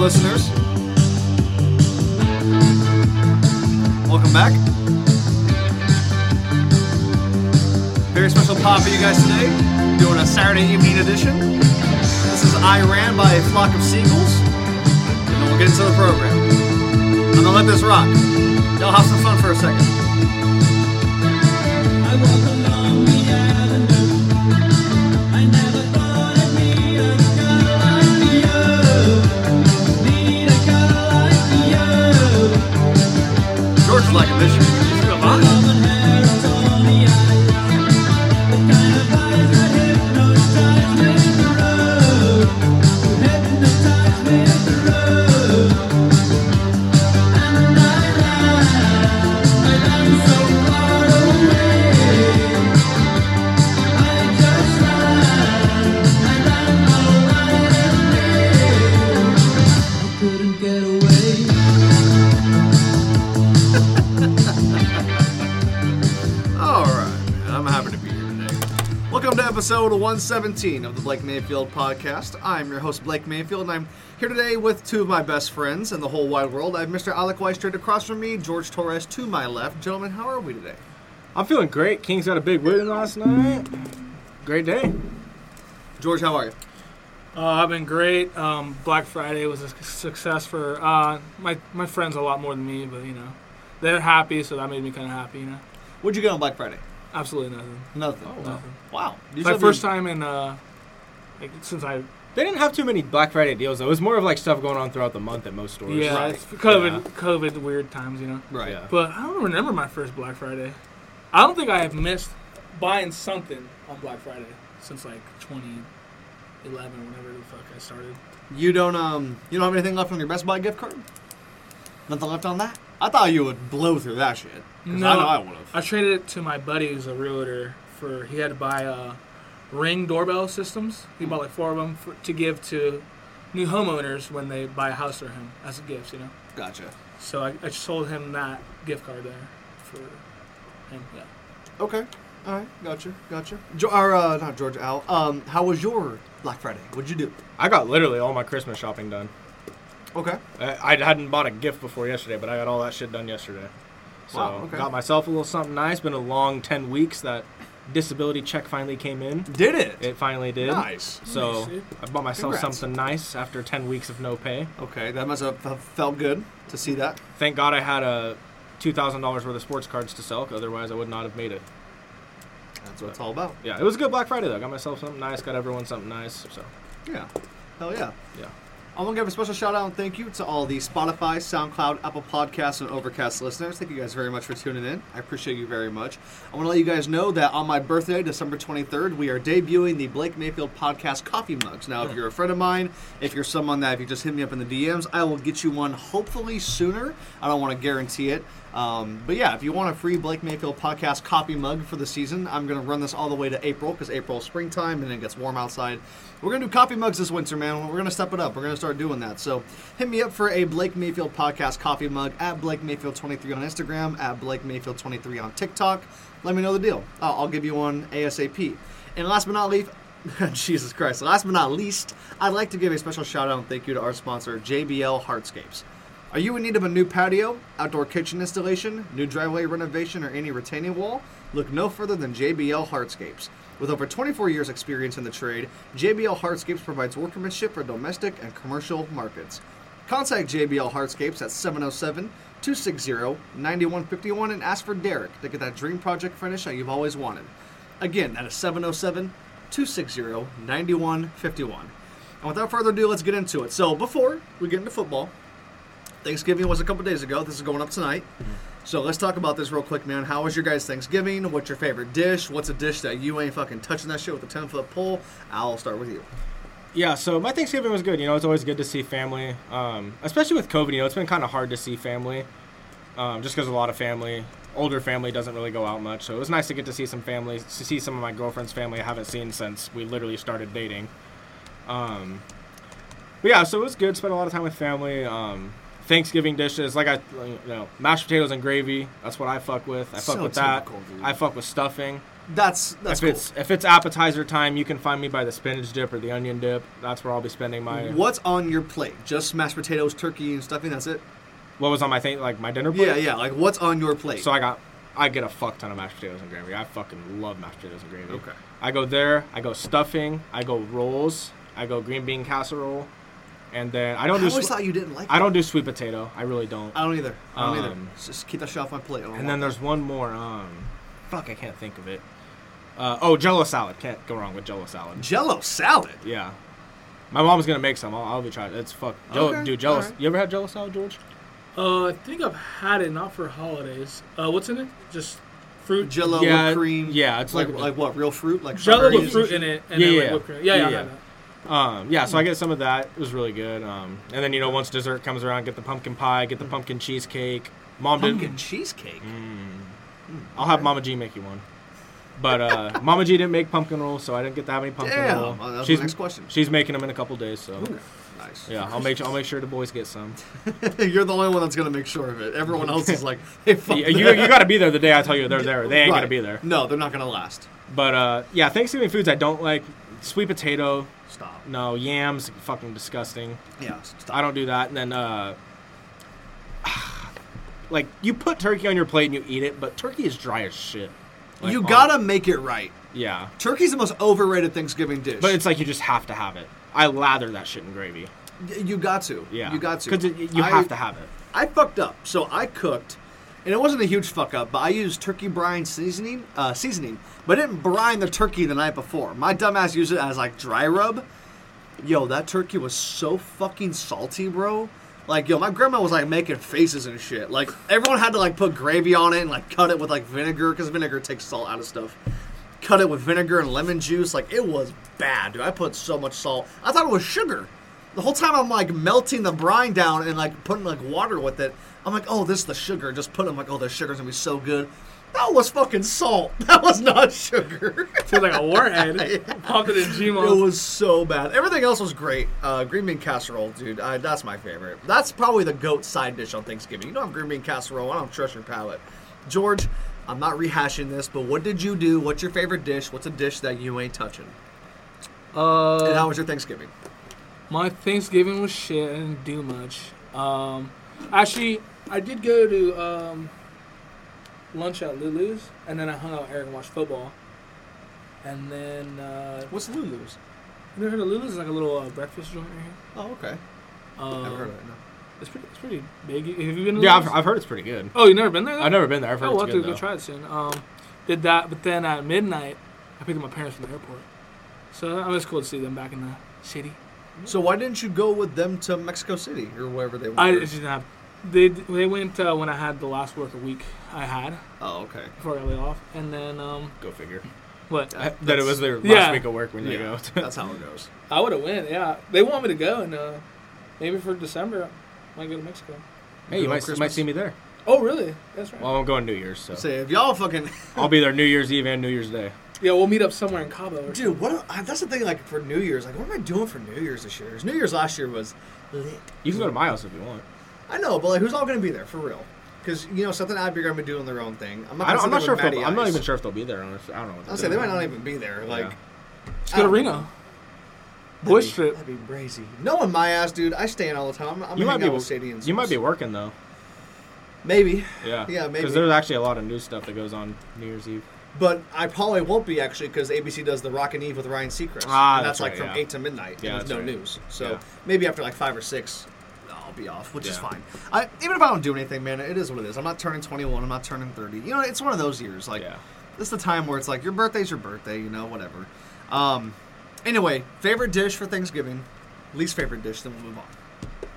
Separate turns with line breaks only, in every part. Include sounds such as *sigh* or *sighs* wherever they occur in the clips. listeners. Welcome back. Very special pod for you guys today. Doing a Saturday evening edition. This is I Ran by a Flock of Seagulls. And then we'll get into the program. I'm gonna let this rock. Y'all have some fun for a second.
I walk along the avenue. I never thought I'd meet a girl like you. Meet a girl like you.
George is like a bishop. He's real
The
honest.
loving hair is on the eyes. The kind of eyes that hypnotize me through. Hypnotize me through. And I ran, I ran so far away. I just ran, I ran all night and day. I couldn't get away.
All right, man. I'm happy to be here today. Welcome to episode 117 of the Blake Mayfield podcast. I'm your host, Blake Mayfield, and I'm here today with two of my best friends in the whole wide world. I have Mr. Alec Weiss straight across from me, George Torres to my left. Gentlemen, how are we today?
I'm feeling great. Kings got a big win last night. Great day.
George, how are you?
Uh, I've been great. Um, Black Friday was a success for uh, my my friends a lot more than me, but you know, they're happy, so that made me kind of happy. You know,
What'd you get on Black Friday?
absolutely nothing.
Nothing.
Nothing.
Wow.
Oh, It's my first time in uh, like since I
They didn't have too many Black Friday deals though. It was more of like stuff going on throughout the month at most stores.
yeah
Right.
it's COVID COVID weird times. You know,
Right.
Yeah.
but I don't remember my first Black Friday. I don't think I have missed buying something on Black Friday since like 2011, whenever the fuck I started.
You don't um you don't have anything left on your Best Buy gift card? Nothing left on that? I thought you would blow through that shit. 'Cause I know I would
I
have.
traded it to my buddy who's a realtor for he had to buy uh, ring doorbell systems. He bought like four of them for, to give to new homeowners when they buy a house for him as gifts, you know.
Gotcha.
So I, I sold him that gift card there for him. Yeah.
Okay. All right. Gotcha. Gotcha. Jo- or, uh, not George Al. Um, how was your Black Friday? What'd you do?
I got literally all my Christmas shopping done.
Okay.
I, I hadn't bought a gift before yesterday, but I got all that shit done yesterday. So
Wow, okay.
got myself a little something nice. Been a long ten weeks. That disability check finally came in.
Did it?
It finally did.
Nice.
So
Nice, dude.
I bought myself
Congrats.
something nice after ten weeks of no pay.
Okay. That must have have felt good to see that.
Thank God I had a two thousand dollars worth of sports cards to sell. 'cause Otherwise, I would not have made it.
That's what it's all about.
Yeah, it was a good Black Friday though. Got myself something nice, got everyone something nice. So
Yeah. Hell yeah.
yeah,
I want to give a special shout out and thank you to all the Spotify, SoundCloud, Apple Podcasts, and Overcast listeners. Thank you guys very much for tuning in. I appreciate you very much. I want to let you guys know that on my birthday, December 23rd, we are debuting the Blake Mayfield Podcast coffee mugs. Now, if you're a friend of mine, if you're someone that if you just hit me up in the DMs, I will get you one hopefully sooner. I don't want to guarantee it. Um, but yeah, if you want a free Blake Mayfield podcast copy mug for the season, I'm going to run this all the way to April because April is springtime and it gets warm outside. We're going to do coffee mugs this winter, man. We're going to step it up. We're going to start doing that. So hit me up for a Blake Mayfield podcast coffee mug at Blake Mayfield23 on Instagram, at Blake Mayfield23 on TikTok. Let me know the deal. I'll, I'll give you one ASAP. And last but not least, *laughs* Jesus Christ. Last but not least, I'd like to give a special shout out and thank you to our sponsor, JBL Hardscapes. Are you in need of a new patio, outdoor kitchen installation, new driveway renovation, or any retaining wall? Look no further than JBL Hardscapes. With over 24 years' experience in the trade, JBL Hardscapes provides workmanship for domestic and commercial markets. Contact JBL Hardscapes at 707 260 9151 and ask for Derek to get that dream project finish that you've always wanted. Again, that is 707 260 9151. And without further ado, let's get into it. So, before we get into football, Thanksgiving was a couple days ago. This is going up tonight. So let's talk about this real quick, man. How was your guys' Thanksgiving? What's your favorite dish? What's a dish that you ain't fucking touching that shit with a ten foot pole? I'll start with you.
yeah. So my Thanksgiving was good. You know, it's always good to see family, um, especially with COVID. You know, it's been kind of hard to see family, um, just because a lot of family, older family, doesn't really go out much. So it was nice to get to see some family, to see some of my girlfriend's family I haven't seen since we literally started dating. Um, but yeah, so it was good. Spent a lot of time with family. Um, Thanksgiving dishes, like I, you know, mashed potatoes and gravy. That's what I fuck with. I fuck
So
with that.
typical, dude.
I fuck with stuffing.
That's that's
if
cool.
it's if it's appetizer time, you can find me by the spinach dip or the onion dip. That's where I'll be spending my
What's on your plate? Just mashed potatoes, turkey, and stuffing. That's it.
what was on my thing like my dinner plate.
Yeah, yeah. Like what's on your plate?
So I got I get a fuck ton of mashed potatoes and gravy. I fucking love mashed potatoes and gravy.
Okay.
I go there. I go stuffing. I go rolls. I go green bean casserole, and then I don't
I
do
always
swe-
thought you Oh. didn't like.
I
it.
don't do sweet potato. I really don't.
I don't either. I don't either.
Um,
Just keep that shit off my plate. I don't
and then
want
there's one more. Um, fuck, I can't think of it. Uh, oh, Jello salad. Can't go wrong with Jello salad.
that. Jello salad.
Yeah. My mom's gonna make some. I'll, I'll be trying. It's fuck. Jello,
Okay,
dude, Jello.
alright.
You ever had Jello salad, George?
Uh, I think I've had it, not for holidays. Uh, what's in it? Just fruit.
Jello
Yeah,
with cream.
yeah, it's
like
like-
like what real fruit like
Jello
strawberries
with
and
fruit
shit?
in it, and
Yeah,
then
yeah.
like whipped cream. Yeah, yeah,
Yeah,
I
yeah.
had that.
Um, yeah, so I get some of that. It was really good. Um, and then you know, once dessert comes around, get the pumpkin pie, get the pumpkin cheesecake. Mom
Pumpkin
didn't.
cheesecake.
Mm. I'll have Mama G make you one.
*laughs*
But uh, Mama G didn't make pumpkin rolls, so I didn't get to have any pumpkin
Damn,
roll.
well, that was
she's
my next question.
She's making them in a couple days, so
Ooh, nice.
yeah, I'll make I'll make sure the boys
*laughs*
get some.
You're the only one that's gonna make sure of it. Everyone else is like, *laughs* hey, fuck.
you,
that.
you, got to be there the day I tell you they're there. They ain't
Right.
gonna be there.
No, they're not gonna last.
But uh, yeah, Thanksgiving foods I don't like. Sweet potato,
Stop.
no yams, fucking disgusting.
Yeah. Stop.
I don't do that. And then, uh, *sighs* like, you put turkey on your plate and you eat it, but turkey is dry as shit. Like,
you
um,
gotta make it right.
yeah.
Turkey's the most overrated Thanksgiving dish.
But it's like you just have to have it. I lather that shit in gravy.
Y- you got to.
Yeah.
You got to.
Because you
I-
have to have it.
I fucked up. So I cooked, and it wasn't a huge fuck up, but I used turkey brine seasoning, uh, seasoning, but I didn't brine the turkey the night before. My dumbass used it as like dry rub. Yo, that turkey was so fucking salty, bro. Like, yo, my grandma was like making faces and shit. Like, everyone had to like put gravy on it and like cut it with like vinegar because vinegar takes salt out of stuff. Cut it with vinegar and lemon juice. Like, it was bad, dude. I put so much salt. I thought it was sugar. The whole time I'm like melting the brine down and like putting like water with it. I'm like, oh, this is the sugar. Just put it. I'm like, oh, this sugar's gonna be so good. That was fucking salt. *laughs* That was not sugar.
Tastes like a warhead.
*laughs*
Popped it in
It
Gmos.
was so bad. Everything else was great. Uh, green bean casserole, dude. I, that's my favorite. That's probably the goat side dish on Thanksgiving. You know, I'm green bean casserole. I don't trust your palate. George, I'm not rehashing this, but what did you do? What's your favorite dish? What's a dish that you ain't touching? And
Uh,
how was your Thanksgiving?
my Thanksgiving was shit. I didn't do much. Um, actually, I did go to um, lunch at Lulu's, and then I hung out with Eric and watched football. And then uh,
What's Lulu's?
you never heard of Lulu's? It's like a little uh, breakfast joint right here.
Oh, okay.
Um,
Never heard of it. No.
It's pretty. It's pretty big. Have you been? To
Yeah, I've,
Lulu's?
I've heard it's pretty good.
oh, you never been there?
I've never been there. I've heard
Oh, we'll
it's
have
good.
to go
Though.
try it soon. Um, did that, but then at midnight, I picked up my parents from the airport. So I was cool to see them back in the city.
So why didn't you go with them to Mexico City or wherever they were?
I just didn't have. They they went uh, when I had the last work week I had
oh, okay.
before I got laid off, and then um,
Go figure.
what? I,
*laughs* that it was their last
Yeah.
week of work when they *laughs*
Yeah,
go.
that's how it goes.
would have went. Yeah, they want me to go, and uh, maybe for December, I might go to Mexico.
hey, you
Good
might,
old
might
Christmas.
see me there.
Oh, really? That's right.
Well, I'm going New Year's, so
Say if y'all fucking
I'll be there New Year's Eve and New Year's Day.
yeah, we'll meet up somewhere in Cabo. Or
Dude, what? I- That's the thing. Like for New Year's, like what am I doing for New Year's this year? 'Cause New Year's last year was lit.
You can go to my house if you want.
I know, but like, who's all gonna be there for real? Because you know, Seth and Abby are gonna be doing their own thing. I'm
I don't, I'm
gonna
not
sit
sure.
there
If
with
they'll-
Matty
I'm not
Ice.
even sure if they'll be there. Honestly, I don't know. What
I'll
they're
say they
doing.
might not even be there. Like,
Yeah.
Let's go to
um,
Reno.
that'd
Boys
be-
trip.
That'd be crazy. Knowing my ass, dude, I stay in all the time. I'm
You might
hanging
be.
out with stadiums.
You might be working though.
Maybe.
Yeah.
Yeah, maybe.
Because there's actually a lot of new stuff that goes on New Year's Eve.
But I probably won't be actually because ABC does the Rockin' Eve with Ryan Seacrest.
Ah,
and
that's
that's, like
right,
from
yeah.
eight to midnight.
Yeah,
and there's
that's
no
right.
news. So
Yeah.
maybe after like five or six, I'll be off, which is
Yeah.
fine. I, even if I don't do anything, man, it is what it is. I'm not turning 21. I'm not turning 30. You know, it's one of those years. Like,
Yeah.
this is the time where it's like your birthday's your birthday. You know, whatever. Um, anyway, favorite dish for Thanksgiving, least favorite dish. Then we'll move on.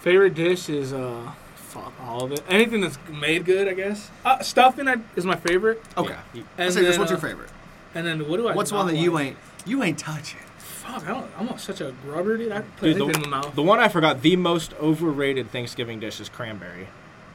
Favorite dish is uh, fuck all of it. Anything that's made good, I guess. Uh, stuffing I, is my favorite.
Okay.
Yeah.
Oh, I
And
say this. What's
uh,
your favorite?
And then what do I?
What's
not
one that
like?
you ain't you ain't touching?
Fuck, I don't, I'm not such a grubber, dude. I can put
Dude,
anything
the,
in my mouth.
the one I forgot, the most overrated Thanksgiving dish is cranberry.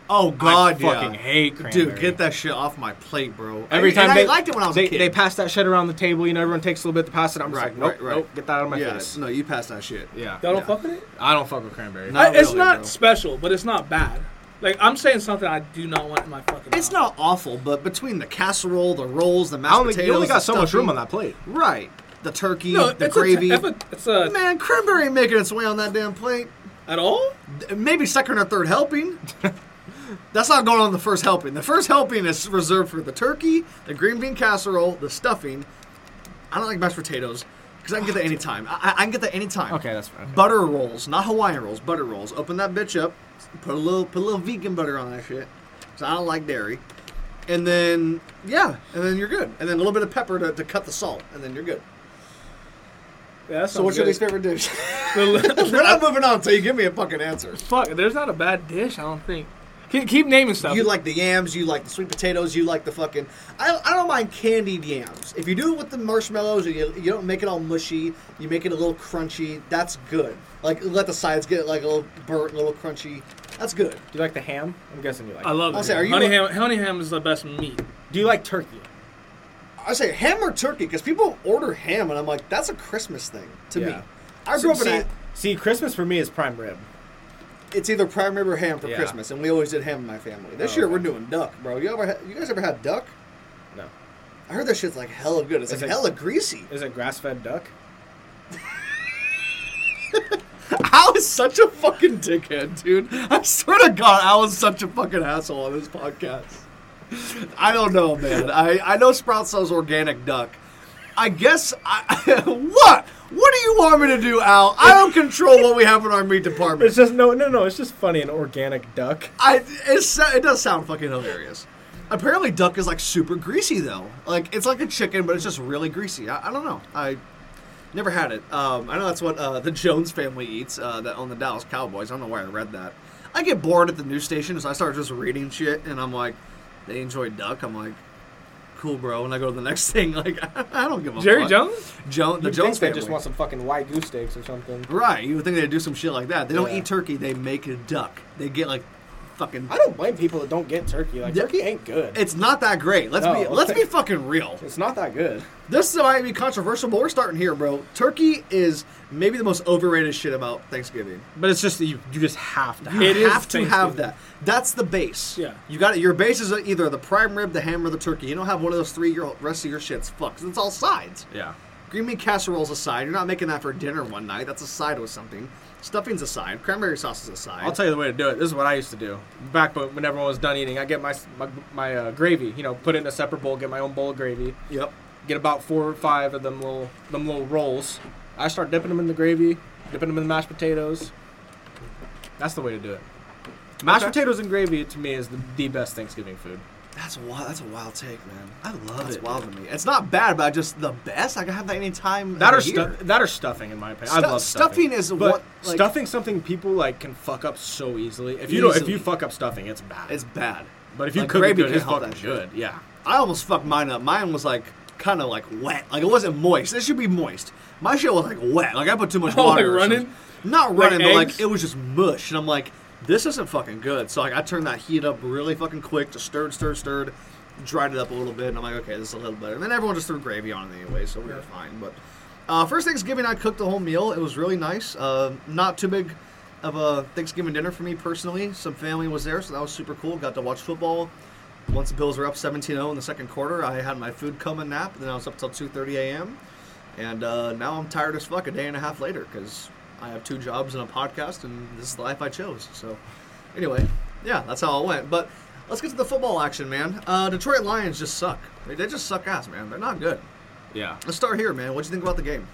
Oh
I
God,
fucking
yeah.
hate cranberry.
Dude, get that shit off my plate, bro.
Every
I,
time
and
they
I liked it when I was
they,
a kid.
they pass that shit around the table, you know, everyone takes a little bit to pass it. I'm just
Right,
like, nope,
right, right.
nope, get that out of my
yeah,
face.
no, you passed that shit.
Yeah,
Y'all don't
Yeah.
fuck with it?
I don't fuck with cranberry.
Not
I- it's
really,
not
bro.
special, but it's not bad. Like I'm saying something I do not want in my fucking.
It's
mouth.
not awful, but between the casserole, the rolls, the mashed
I only,
potatoes,
you only
the
got so much room on
stuffing-
that plate.
Right. The turkey,
No,
the
it's
gravy.
A, it's a, it's a-
Man, cranberry ain't making its way on that damn plate.
at all.
Th- Maybe second or third helping.
*laughs*
That's not going on the first helping. The first helping is reserved for the turkey, the green bean casserole, the stuffing. I don't like mashed potatoes because I can get that anytime. I, I- I can get that anytime.
Okay, that's fine.
Butter rolls, not Hawaiian rolls, butter rolls. Open that bitch up, put a little put a little vegan butter on that shit. Cause I don't like dairy. And then yeah, and then you're good. And then a little bit of pepper to, to cut the salt, and then you're good.
Yeah, that
So what's your
sounds
least favorite *laughs* dish?
good.
We're not moving on until you give me a fucking answer.
*laughs* Fuck, there's not a bad dish. I don't think. Keep, keep naming stuff.
You like the yams, you like the sweet potatoes, you like the fucking. I, I don't mind candied yams. If you do it with the marshmallows and you, you don't make it all mushy, you make it a little crunchy, that's good. Like, let the sides get like a little burnt, a little crunchy. That's good.
Do you like the ham? I'm guessing you like.
I love
I'll
it.
say, are you
honey
a-
ham. Honey ham is the best meat.
It. Do you like turkey?
I say ham or turkey because people order ham and I'm like, that's a Christmas thing to me.
Yeah.
I grew up in
see,
a,
see, Christmas for me is prime rib.
it's either prime rib or ham for
Yeah.
Christmas, and we always did ham in my family. This
Oh,
year
okay.
we're doing duck, bro. You ever had, you guys ever had duck?
No,
I heard that shit's like hella good. It's,
It's
like
like-
hella greasy.
is it grass-fed duck?
*laughs* I was such a fucking dickhead, dude. I swear to God, I was such a fucking asshole on this podcast. I don't know, man. I, I know Sprout sells organic duck. I guess I *laughs* what? What do you want me to do, Al? I don't control what we have in our meat department.
just no, no, no. It's just funny an organic duck.
I it's, it does sound fucking hilarious. Apparently, duck is like super greasy though. Like it's like a chicken, but it's just really greasy. I, I don't know. I never had it. Um, I know that's what uh, the Jones family eats uh, that on the Dallas Cowboys. I don't know why I read that. I get bored at the news station, so I start just reading shit, and I'm like, they enjoy duck. I'm like, cool, bro. And I go to the next *laughs* thing. Like I don't give a
Jerry
fuck.
Jones.
Jones, the
You'd
Jones family.
think they just want some fucking white goose steaks or something.
right. You would think they'd do some shit like that. They don't
Yeah.
eat turkey. They make a duck. They get like fucking.
I don't blame people that don't get turkey. Like
Yeah.
turkey ain't good.
It's not that great. Let's be
No.
let's be fucking real.
it's not that good.
This might be controversial, but we're starting here, bro. Turkey is maybe the most overrated shit about Thanksgiving.
But it's just that you, you just have to.
You
It is
have to have
Thanksgiving.
that. That's the base.
Yeah.
You got it. Your base is either the prime rib, the ham, or the turkey. You don't have one of those three. Your rest of your shit's fucked. It's all sides.
yeah.
Green bean casserole's a side. You're not making that for dinner one night. That's a side with something. Stuffing's a side. Cranberry sauce is a side.
I'll tell you the way to do it. This is what I used to do. Back bu- when everyone was done eating, I get my my, my uh, gravy. You know, put it in a separate bowl. Get my own bowl of gravy.
Yep.
Get about four or five of them little them little rolls. I start dipping them in the gravy, dipping them in the mashed potatoes. That's the way to do it. Mashed
Okay.
potatoes and gravy to me is the, the best Thanksgiving food.
That's a wild. That's a wild take, man. I love that's it. wild to me. It's not bad, but I just the best. I can have that any time.
That
of
or
the
stu-
year.
that or stuffing in my opinion.
Stu-
I love
stuffing
stuffing.
is
but
what, like-
stuffing something people like can fuck up so easily. If you don't, if
Easily.
you fuck up stuffing, it's bad.
It's bad.
but if you
like,
cook it
gravy
good,
can
it's
help
fucking
that shit.
good. Yeah.
I almost fucked mine up. Mine was like kind of like wet. Like it wasn't moist. It should be moist. My shit was like wet. Like I put too much
Oh,
water.
like
or
running?
something. Not running, but
eggs?
like it was just mush. And I'm like, this isn't fucking good. So like I turned that heat up really fucking quick. Just stirred, stirred, stirred. Dried it up a little bit, and I'm like, okay, this is a little better. And then everyone just threw gravy on it anyway, so we were fine. But uh, first Thanksgiving, I cooked the whole meal. It was really nice. Uh, not too big of a Thanksgiving dinner for me personally. Some family was there, so that was super cool. Got to watch football. Once the Bills were up 17-0 in the second quarter, I had my food come and nap. Then I was up till 2:30 a.m. And uh, now I'm tired as fuck a day and a half later because I have two jobs and a podcast, and this is the life I chose. So, anyway, yeah, that's how it went. But let's get to the football action, man. Uh, Detroit Lions just suck. They, they just suck ass, man. They're not good.
Yeah.
Let's start here, man. What do you think about the game?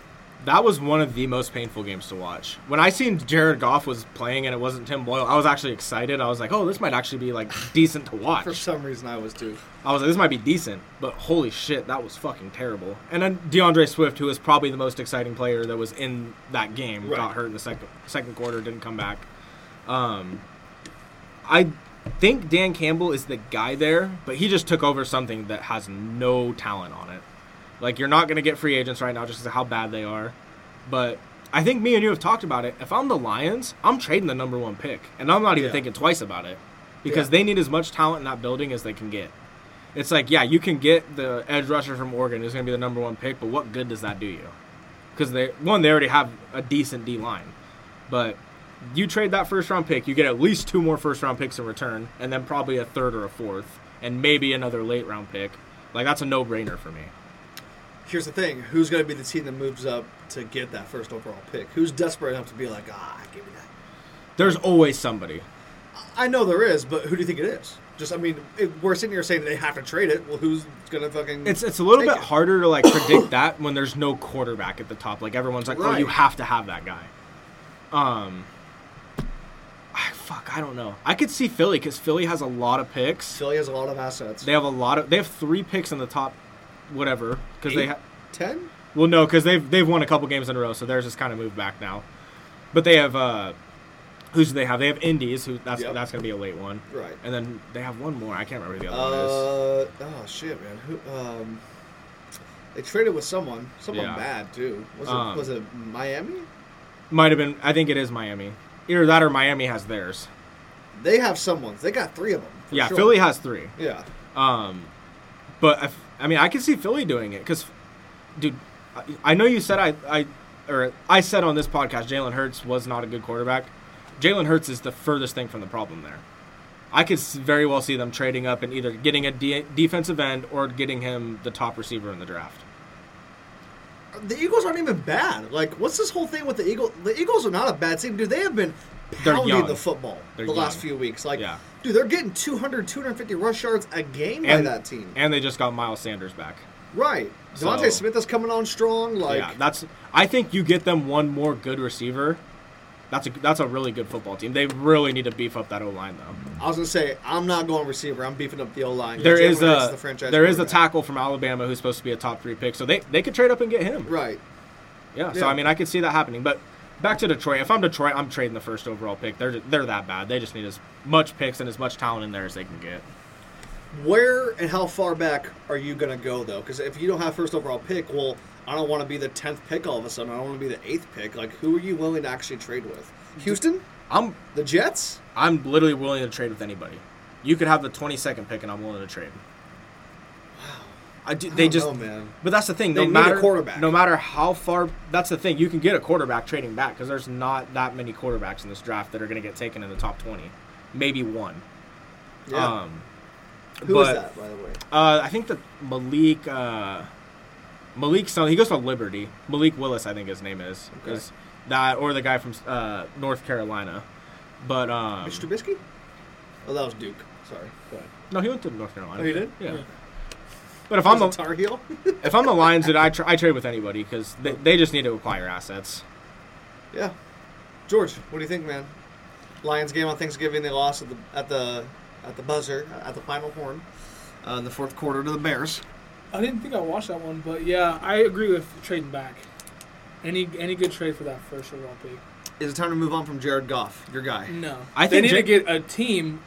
That was one of the most painful games to watch. When I seen Jared Goff was playing and it wasn't Tim Boyle, I was actually excited. I was like, "Oh, this might actually be like decent to watch."
some reason, I was too.
I was like, "This might be decent," but holy shit, that was fucking terrible. And then DeAndre Swift, who is probably the most exciting player that was in that game,
Right.
got hurt in the second second quarter, didn't come back. Um, I think Dan Campbell is the guy there, but he just took over something that has no talent on it. Like you're not going to get free agents right now just 'cause of how bad they are. But I think me and you have talked about it. If I'm the Lions, I'm trading the number one pick, and I'm not even
Yeah.
thinking twice about it because
Yeah.
they need as much talent in that building as they can get. It's like, yeah, you can get the edge rusher from Oregon who's going to be the number one pick, but what good does that do you? Because they one, they already have a decent D line, but you trade that first round pick, you get at least two more first round picks in return, and then probably a third or a fourth, and maybe another late round pick. Like that's a no brainer for me.
Here's the thing: who's going to be the team that moves up to get that first overall pick? Who's desperate enough to be like, ah, give me that?
There's always somebody.
I know there is, but who do you think it is? Just, I mean, if we're sitting here saying they have to trade it. Well, who's going to fucking?
It's it's a little
take
bit
it?
harder to like predict that when there's no quarterback at the top. Like everyone's like, oh, you
Right.
have to have that guy. Um, I, fuck, I don't know. I could see Philly because Philly has a lot of picks.
Philly has a lot of assets.
They have a lot of. They have three picks in the top, whatever. Because they
Eight?
ha-
ten.
well no because they've they've won a couple games in a row, so theirs is kind of moved back now. But they have uh, who's do they have? They have Indies who that's
Yep.
that's gonna be a late one.
Right.
And then they have one more. I can't remember who the other one is.
Uh, oh shit, man. Who? Um, they traded with someone. Someone
Yeah.
bad too. Was it
Um,
was it Miami?
Might have been. I think it is Miami. Either that or Miami has theirs.
They have someone's. They got three of them. for
yeah,
sure.
Philly has three.
Yeah.
Um, but I, f- I mean, I can see Philly doing it because, dude, I, I know you said I, I, or I said on this podcast, Jalen Hurts was not a good quarterback. Jalen Hurts is the furthest thing from the problem there. I could s- very well see them trading up and either getting a de- defensive end or getting him the top receiver in the draft.
The Eagles aren't even bad. Like, what's this whole thing with the Eagles? The Eagles are not a bad team, dude. They have been
They're
pounding
young.
the football
They're
the last
young.
few weeks. Like,
Yeah.
dude, they're getting 200, 250 rush yards a game by that team.
And they just got Miles Sanders back.
right.
So-
Devontae Smith is coming on strong. Like,
yeah, that's. I think you get them one more good receiver. That's a that's a really good football team. They really need to beef up that O line though.
I was gonna say, I'm not going receiver. I'm beefing up the O line.
There is a
the franchise
there is a
quarterback.
tackle from Alabama who's supposed to be a top three pick, so they they could trade up and get him.
Right.
Yeah, so
Yeah.
I mean I could see that happening. But back to Detroit, if I'm Detroit, I'm trading the first overall pick. They're they're that bad. They just need as much picks and as much talent in there as they can get.
Where and how far back are you going to go, though? Because if you don't have first overall pick, well, I don't want to be the 10th pick all of a sudden. I don't want to be the 8th pick. Like, who are you willing to actually trade with? Houston?
I'm
The Jets?
I'm literally willing to trade with anybody. You could have the 22nd pick, and I'm willing to trade. I do, they
don't
just,
know, man.
but that's the thing.
They
no
need a
matter
quarterback.
no matter how far, that's the thing. You can get a quarterback trading back because there's not that many quarterbacks in this draft that are going to get taken in the top 20, maybe one.
Yeah.
Um,
Who is
but-
that, by the way?
uh, I think that Malik uh, Malik something he goes to Liberty. Malik Willis, I think his name is,
Okay.
is that or the guy from uh, North Carolina. But um,
Mr. Trubisky? Oh, that was Duke. Sorry. Go ahead.
No, he went to North Carolina.
Oh, he did?
Yeah. But if I'm
Was
the
it Tar Heel? *laughs*
if I'm the Lions, dude, I tr- I trade with anybody because they, they just need to acquire assets.
yeah. George, what do you think, man? Lions game on Thanksgiving. They lost at the at the at the buzzer at the final horn uh, in the fourth quarter to the Bears.
I didn't think I watched that one, but yeah, I agree with trading back. Any any good trade for that first overall pick?
Is it time to move on from Jared Goff, your guy?
No,
I
they
think
need to
Ja-
get a team,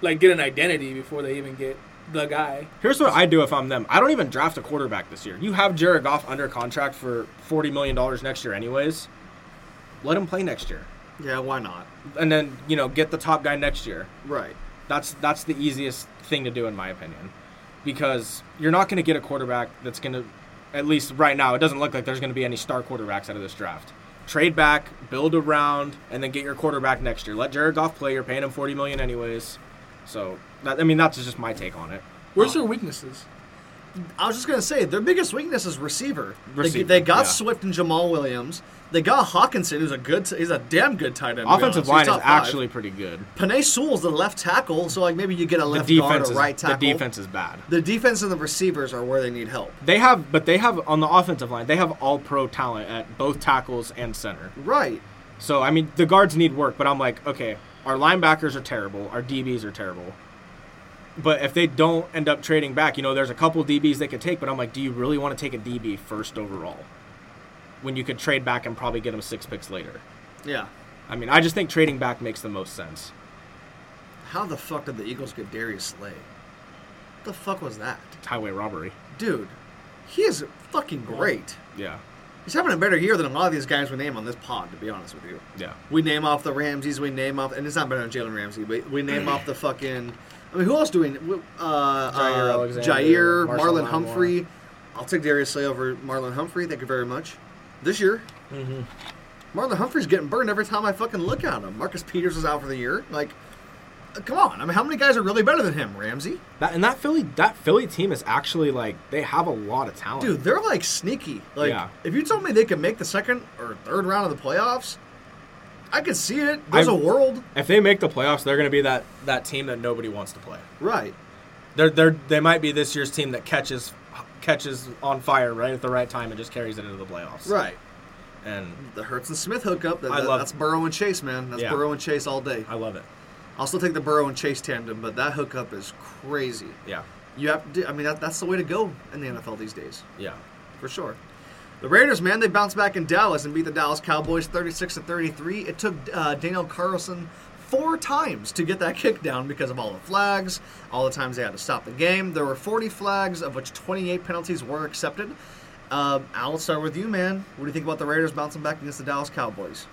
like get an identity before they even get the guy.
Here's what I do if I'm them. I don't even draft a quarterback this year. You have Jared Goff under contract for forty million dollars next year, anyways. Let him play next year,
Yeah, why not?
and then you know get the top guy next year.
Right.
That's that's the easiest thing to do in my opinion, because you're not going to get a quarterback that's going to, at least right now, it doesn't look like there's going to be any star quarterbacks out of this draft. Trade back, build around, and then get your quarterback next year. Let Jared Goff play. You're paying him forty million anyways, so that, I mean that's just my take on it.
Where's
Oh.
their weaknesses?
I was just gonna say their biggest weakness is receiver. They-
Receiver,
they, got
yeah.
Swift and Jamal Williams. They got Hawkinson, who's a good, he's a damn good tight end. to be
Offensive
honest.
line
He's top
is
five.
actually pretty good.
Panay Sewell's the left tackle, so like maybe you get a
The
left guard
defense
or
is
right tackle.
the defense is bad.
The defense and the receivers are where they need help.
They have, but they have on the offensive line. They have all pro talent at both tackles and center.
Right.
So I mean, the guards need work, but I'm like, okay, our linebackers are terrible, our DBs are terrible. But if they don't end up trading back, you know, there's a couple DBs they could take, but I'm like, do you really want to take a DB first overall when you could trade back and probably get them six picks later?
Yeah.
I mean, I just think trading back makes the most sense.
How the fuck did the Eagles get Darius Slay? What the fuck was that,
It's highway robbery.
dude? He is fucking great.
Yeah,
He's having a better year than a lot of these guys we name on this pod. To be honest with you.
yeah.
We name off the Ramses. We name off, and it's not better than Jalen Ramsey, but we
*clears throat*
name off the fucking. I mean, who else doing? Uh,
Jair
uh,
Alexander,
Jair,
Marshall
Marlon
Lattimore. Mm-hmm.
Humphrey. I'll take Darius Slay over Marlon Humphrey. Thank you very much. This year, Marlon Humphrey's getting burned every time I fucking look at him. Marcus Peters was out for the year. Like, uh, come on. I mean, how many guys are really better than him? Ramsey,
That, and that Philly that Philly team is actually like they have a lot of talent.
dude, they're like sneaky. Like,
Yeah.
if you told me they could make the second or third round of the playoffs, I could see it. There's
I-
a world,
if they make the playoffs, they're going to be that that team that nobody wants to play.
right?
They're they are they might be this year's team that catches catches on fire right at the right time and just carries it into the playoffs.
Right.
And
The Hurts and Smith hookup. That,
I
that-
love-
that's Burrow and Chase, man. That's
Yeah.
Burrow and Chase all day.
I love it.
I'll still take the Burrow and Chase tandem, but that hookup is crazy.
Yeah.
You have to. I mean, that, that's the way to go in the NFL these days,
Yeah.
for sure. The Raiders, man, they bounced back in Dallas and beat the Dallas Cowboys 36 to 33. It took uh, Daniel Carlson four times to get that *laughs* kick down because of all the flags, all the times they had to stop the game. There were 40 flags, of which 28 penalties were accepted. Uh, Al, let's start with you, man. What do you think about the Raiders bouncing back against the Dallas Cowboys?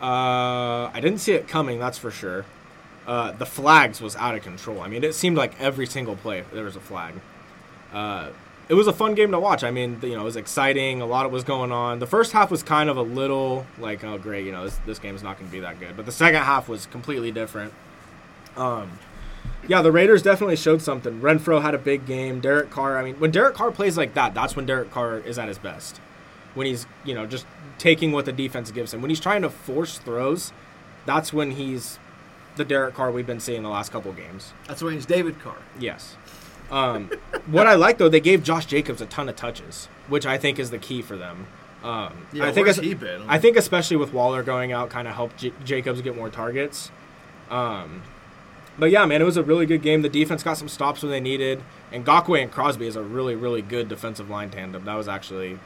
Uh, I didn't see it coming. That's for sure. Uh, the flags was out of control. I mean, it seemed like every single play there was a flag. Uh, it was a fun game to watch. I mean, you know, it was exciting. A lot was going on. The first half was kind of a little like, oh great, you know, this this game's not going to be that good. But the second half was completely different. Um, yeah, the Raiders definitely showed something. Renfro had a big game. Derek Carr. I mean, when Derek Carr plays like that, that's when Derek Carr is at his best. When he's you know just taking what the defense gives him. When he's trying to force throws, that's when he's the Derek Carr we've been seeing the last couple games.
That's when it's David Carr.
Yes. Um, what I like though, they gave Josh Jacobs a ton of touches, which I think is the key for them. Um,
Yeah,
I think
where's
es-
he been?
I think especially with Waller going out, kind of helped J- Jacobs get more targets. Um, but yeah, man, it was a really good game. The defense got some stops when they needed, and Gakwe and Crosby is a really, really good defensive line tandem. That was actually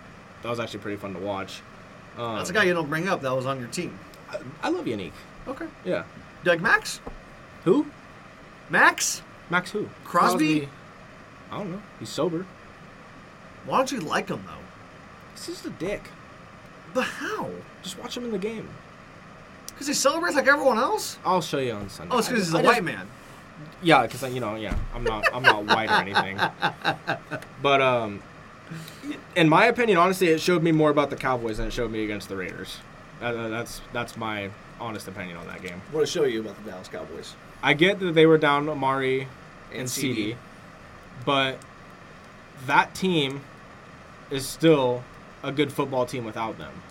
that was actually pretty fun to watch. Um,
That's a guy you don't bring up that was on your team.
I, I love Unique.
Okay.
Yeah.
Doug Max?
Who?
Max?
Max? Who?
Crosby?
I don't know. He's sober.
Why don't you like him, though?
He's just a dick.
But how?
Just watch him in the game.
Because he celebrates like everyone else?
I'll show you on Sunday.
Oh, it's because he's a white man.
Yeah, because you know, yeah, I'm not, I'm not white or *laughs* anything. But um, in my opinion, honestly, it showed me more about the Cowboys than it showed me against the Raiders. Uh, uh, that's that's my honest opinion on that game.
I want to show you about the Dallas Cowboys.
I get that they were down Amari and,
And CD.
CD, but that team is still a good football team without them.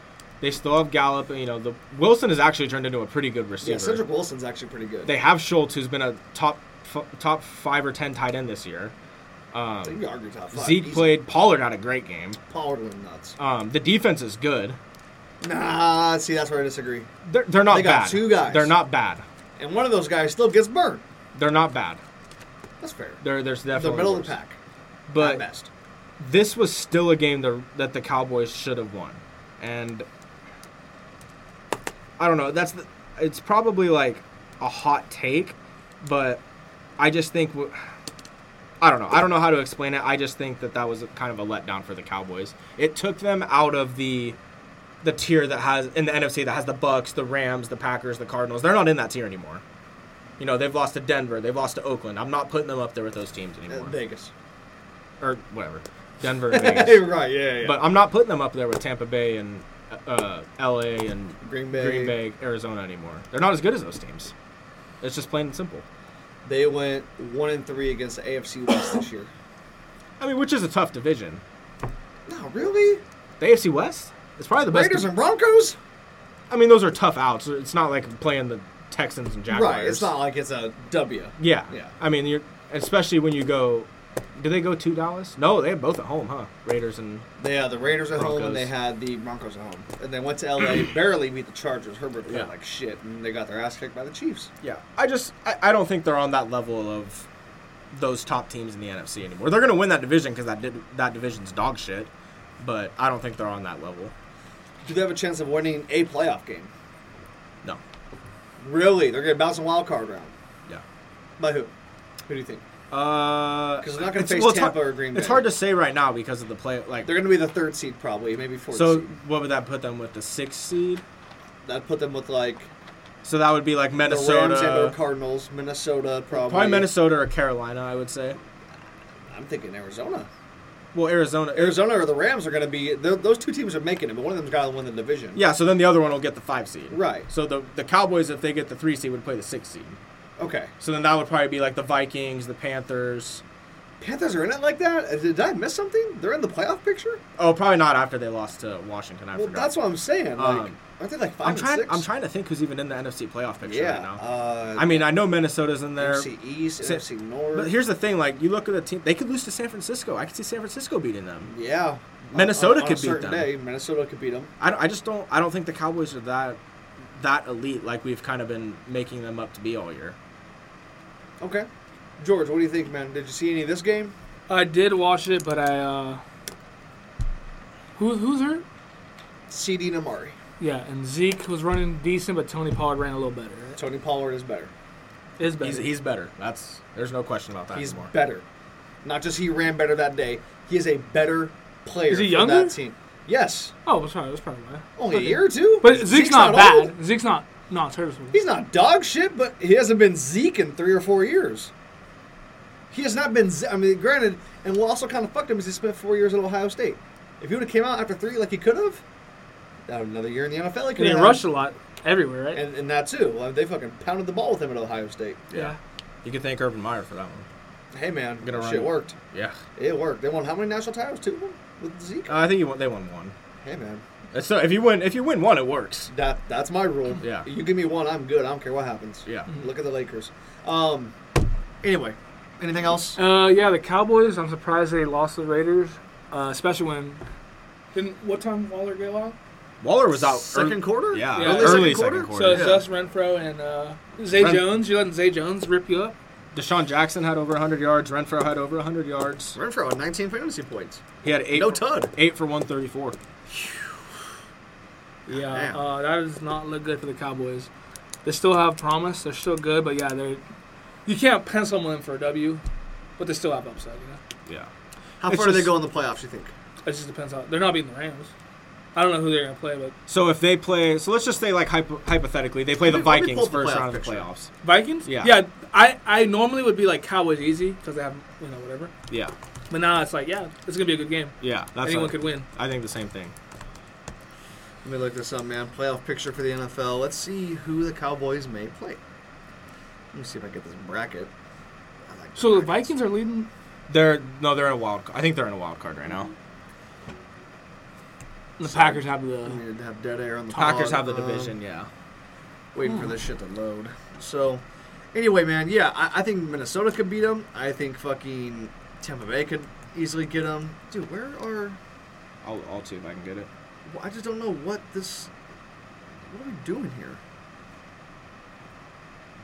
They still have Gallup. and, You know, the Wilson has actually turned into a pretty good receiver.
Wilson's actually pretty good.
They have Schultz, who's been a top f- top five or ten tight end this year. Um,
can argue top
Zeke played. Pollard had a great game.
Pollard went nuts.
Um, the defense is good.
Nah, see, that's where I disagree.
They're, they're not
They got
bad.
two guys.
They're not bad.
And one of those guys still gets burned.
They're not bad.
That's fair.
They're there's
They're
definitely
middle of the
worse.
pack. At
But
best.
this was still a game that, that the Cowboys should have won, and I don't know. That's the, it's probably like a hot take, but I just think w- I don't know. I don't know how to explain it. I just think that that was kind of a letdown for the Cowboys. It took them out of the the tier that has in the NFC that has the Bucks, the Rams, the Packers, the Cardinals. They're not in that tier anymore. You know, they've lost to Denver, they've lost to Oakland. I'm not putting them up there with those teams
Uh,
anymore.
Vegas. *laughs*
or whatever. Denver and Vegas.
Hey, right, yeah, yeah.
But I'm not putting them up there with Tampa Bay and uh, LA and
Green Bay.
Green Bay, Arizona anymore. They're not as good as those teams. It's just plain and simple.
They went one and three against the AFC West this year.
I mean, which is a tough division.
*coughs* No, really?
The AFC West is probably the best.
Raiders and Broncos?
I mean, those are tough outs. It's not like playing the Texans and Jaguars.
Right. It's not like it's a W.
Yeah.
Yeah.
I mean, you're especially when you go. Do they go to Dallas? No, they have both at home, huh? Raiders and
They had the Raiders at home and
Broncos.
they had the Broncos at home. And they went to *clears throat* LA, barely beat the Chargers. Herbert played
Yeah.
like shit, and they got their ass kicked by the Chiefs.
yeah. I just I, I don't think they're on that level of those top teams in the NFC anymore. They're gonna win that division because that did, that division's dog shit. But I don't think they're on that level.
Do they have a chance of winning a playoff game?
No.
Really? They're going to bounce a wild card round.
Yeah.
By who? Who do you think?
Uh,
'Cause they're not gonna
it's-
face
it's hard-
Tampa or Green
It's
Bay.
hard to say right now because of the play. Like,
They're going to be the third seed, probably, maybe fourth
so
seed.
what would that put them with the sixth seed?
That put them with like
So that would be like
the Rams and or
Minnesota,
Cardinals, Minnesota, probably.
probably Minnesota or Carolina. I would say.
I'm thinking Arizona.
Well, Arizona.
Arizona or the Rams are going to be they're- those two teams are making it, but one of them's got to win the division.
Yeah, so then the other one will get the five seed.
Right.
So the the Cowboys, if they get the three seed, would play the six seed.
Okay.
So then that would probably be like the Vikings, the Panthers.
Panthers are in it like that. Did I miss something? They're in the playoff picture.
Oh, probably not after they lost to Washington. I
well,
forgot.
that's what I'm saying. Like,
Um,
aren't they like 5
I'm
and
trying.
six?
I'm trying to think who's even in the NFC playoff picture
Yeah.
right now.
Uh,
I mean, I know Minnesota's in there.
NFC East,
Sa-
NFC North.
But here's the thing: like you look at the team, they could lose to San Francisco. I could see San Francisco beating them.
yeah, On-
Minnesota
on, on
could
a
beat
certain
them.
Day, Minnesota could beat them.
I, don't- I just don't. I don't think the Cowboys are that that elite like we've kind of been making them up to be all year.
Okay, George, what do you think, man? Did you see any of this game?
I did watch it, but I uh, who who's hurt?
CD and Amari.
Yeah, and Zeke was running decent, but Tony Pollard ran a little better.
Tony Pollard is better.
Is better.
He's he's better. That's there's no question about that
He's
anymore.
better. Not just he ran better that day. He is a better player.
Is he
for
younger?
That team. Yes,
oh, that's probably that's probably why.
only
Okay.
a year or two.
But Zeke's, not, bad.
old.
Zeke's not not terrible.
He's not dog shit, but he hasn't been Zeke in three or four years. He has not been. Ze- I mean, granted, and what also kind of fucked him is he spent four years at Ohio State. If he would have came out after three like he could have, that would another year in the NFL. He
And
could
he
have
rushed a lot everywhere, right?
and, and that too. Well, they fucking pounded the ball with him at Ohio State.
yeah.
You can thank Urban Meyer for that one.
Hey man,
Gonna
shit
run.
worked.
Yeah.
It worked. They won how many national titles? Two of them with Zeke.
Uh, I think you won, they won one.
hey man,
It's So if you win if you win one, it works.
that that's my rule.
Yeah.
You give me one, I'm good. I don't care what happens.
Yeah.
Mm-hmm. Look at the Lakers. Um. Anyway, anything else?
Uh, yeah, the Cowboys. I'm surprised they lost to the Raiders, uh, especially when. Didn't what time Waller get out?
Waller was out
Second
ear-
quarter?
Yeah,
Yeah.
early, second, quarter.
So it's
yeah.
Gus Renfro and uh, Zay
Ren-
Jones. You're letting Zay Jones rip you up.
Deshaun Jackson had over 100 yards. Renfro had over 100 yards.
Renfro had 19 fantasy points.
He had eight.
No
for-
tud.
Eight for 134.
Yeah,
Damn.
uh, that does not look good for the Cowboys. They still have promise. They're still good, but yeah, they're. You can't pencil them in for a W, but they still have upside. You know,
Yeah.
How
It's
far do they
just-
go in the playoffs? You think?
it just depends on. They're not beating the Rams. I don't know who they're gonna play, but
So if they play, so let's just say like hypo- hypothetically, they play the
Let me- let me
Vikings
pull up the
first
playoff
round of the
picture.
playoffs.
Vikings.
Yeah.
yeah. I I normally would be like Cowboys easy because they have you know whatever,
Yeah,
but now it's like yeah, it's gonna be a good game.
yeah. That's
Anyone
what-
could win.
I think the same thing.
Let me look this up, man. Playoff picture for the NFL. Let's see who the Cowboys may play. Let me see if I get this bracket. I like
So the
brackets.
Vikings are leading.
They're no, they're in a wild. I think they're in a wild card right now.
The Packers have the.
We need to have dead air on the
Packers
pod.
have the
Um,
division. Hmm. Yeah.
waiting for this shit to load. So, anyway, man, yeah, I, I think Minnesota could beat them. I think fucking Tampa Bay could easily get them. Dude, where are?
I'll, I'll see if I can get it.
Well, I just don't know what this. What are we doing here?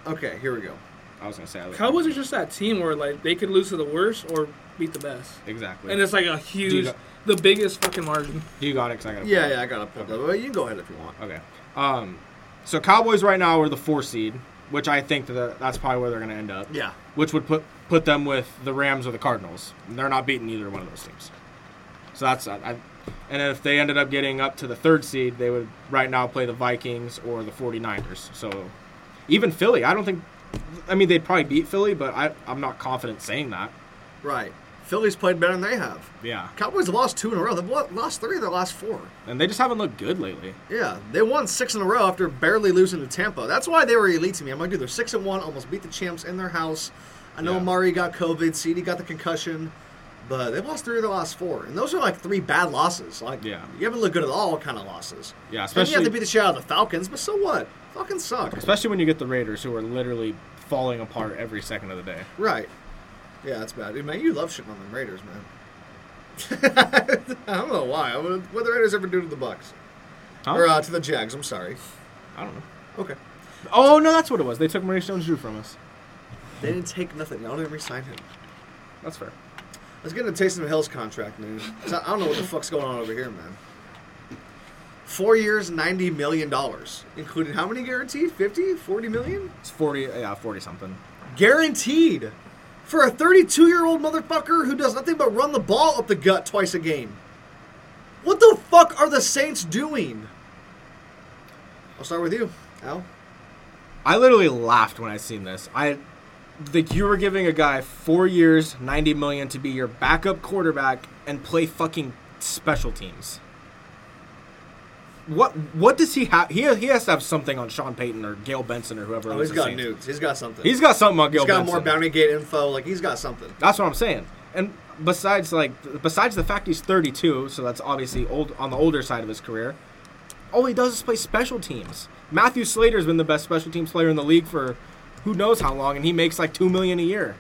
Okay, here we go.
I was gonna say I looked-
Cowboys are just that team where like they could lose to the worst or beat the best,
exactly.
and it's like a huge,
got-
the biggest fucking margin.
you got it because I got it.
Yeah, yeah, I got to pull that. Well, you can go ahead if you want.
Okay. Um, so Cowboys right now are the four seed, which I think that that's probably where they're gonna end up.
Yeah.
Which would put put them with the Rams or the Cardinals. And they're not beating either one of those teams. So that's I, I, and if they ended up getting up to the third seed, they would right now play the Vikings or the 49ers. So even Philly, I don't think. I mean, they'd probably beat Philly, but I, I'm not confident saying that.
Right. Philly's played better than they have.
Yeah.
Cowboys have lost two in a row. They've lo- lost three of their last four.
And they just haven't looked good lately.
Yeah, they won six in a row after barely losing to Tampa. That's why they were elite to me. I'm like, dude, they're six and one, almost beat the champs in their house. I know
Yeah.
Amari got COVID, CD got the concussion, but they've lost three of the last four, and those are like three bad losses. Like,
Yeah.
you haven't looked good at all kind of losses.
Yeah,
And you have
especially-
to beat the shit out of the Falcons, but so what? Falcons suck.
Especially when you get the Raiders, who are literally falling apart every second of the day.
Right. Yeah, that's bad. Dude, man, you love shitting on the Raiders, man. *laughs* I don't know why. I mean, What the Raiders ever do to the Bucks
Huh?
or uh, to the Jags? I'm sorry.
I don't know.
Okay.
Oh no, that's what it was. They took Maurice Jones-Drew from us.
They didn't take nothing. Y'all didn't resign him.
That's fair.
Let's get a Taysom Hill's contract, man. 'Cause I I don't know what the fuck's going on over here, man. Four years, ninety million dollars, including how many guaranteed? 50? 40 million?
It's forty, yeah, forty something.
Guaranteed for a thirty-two-year-old motherfucker who does nothing but run the ball up the gut twice a game. What the fuck are the Saints doing? I'll start with you, Al.
I literally laughed when I seen this. I like you were giving a guy four years, ninety million to be your backup quarterback and play fucking special teams. What what does he have? He, he has to have something on Sean Payton or Gail Benson or whoever.
Oh,
owns
he's
the
got
Saints.
nudes. He's got something.
He's got something on Gail
he's got
Benson.
more bounty gate info. Like he's got something.
That's what I'm saying. And besides, like, besides the fact he's 32, so that's obviously old on the older side of his career. All he does is play special teams. Matthew Slater's been the best special teams player in the league for who knows how long, and he makes like two million a year.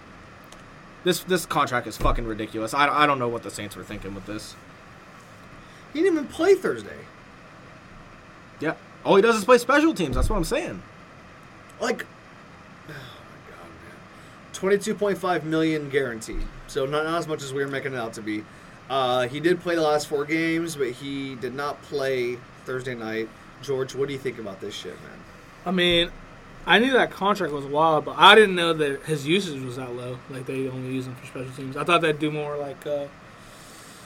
This this contract is fucking ridiculous. I, I don't know what the Saints were thinking with this.
He didn't even play Thursday.
Yeah. All he does is play special teams. That's what I'm saying.
Like, *sighs* oh my god, man, twenty-two point five million guaranteed. So not, not as much as we were making it out to be. Uh, he did play the last four games, but he did not play Thursday night. George, what do you think about this shit, man?
I mean, I knew that contract was wild, but I didn't know that his usage was that low. Like they only use him for special teams. I thought they'd do more like. Uh,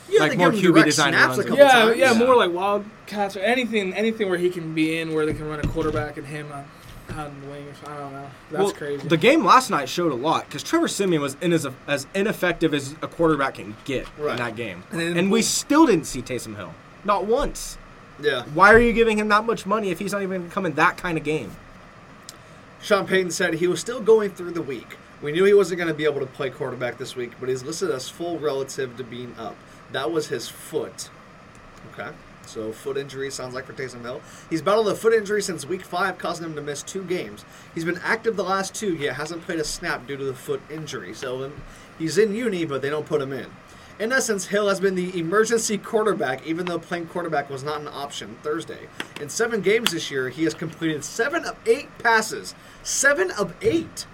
Yeah,
Like
they
more
give him
QB
direct
design
snaps
runs
a
and
couple
yeah,
times.
yeah,
Yeah.
more like wildcats or anything, anything where he can be in, where they can run a quarterback and him on, on the wing. Or something. I don't know. That's
Well,
crazy.
The game last night showed a lot because Trevor Simeon was in as, as ineffective as a quarterback can get
Right.
in that game,
And
and,
then-
we still didn't see Taysom Hill not once.
Yeah.
Why are you giving him that much money if he's not even going to come in that kind of game?
Sean Payton said he was still going through the week. We knew he wasn't going to be able to play quarterback this week, but he's listed as full relative to being up. That was his foot. Okay. So foot injury sounds like for Taysom Hill. He's battled a foot injury since week five, causing him to miss two games. He's been active the last two, yet hasn't played a snap due to the foot injury. So um, he's in uni, but they don't put him in. In essence, Hill has been the emergency quarterback, even though playing quarterback was not an option Thursday. In seven games this year, he has completed seven of eight passes. Seven of eight.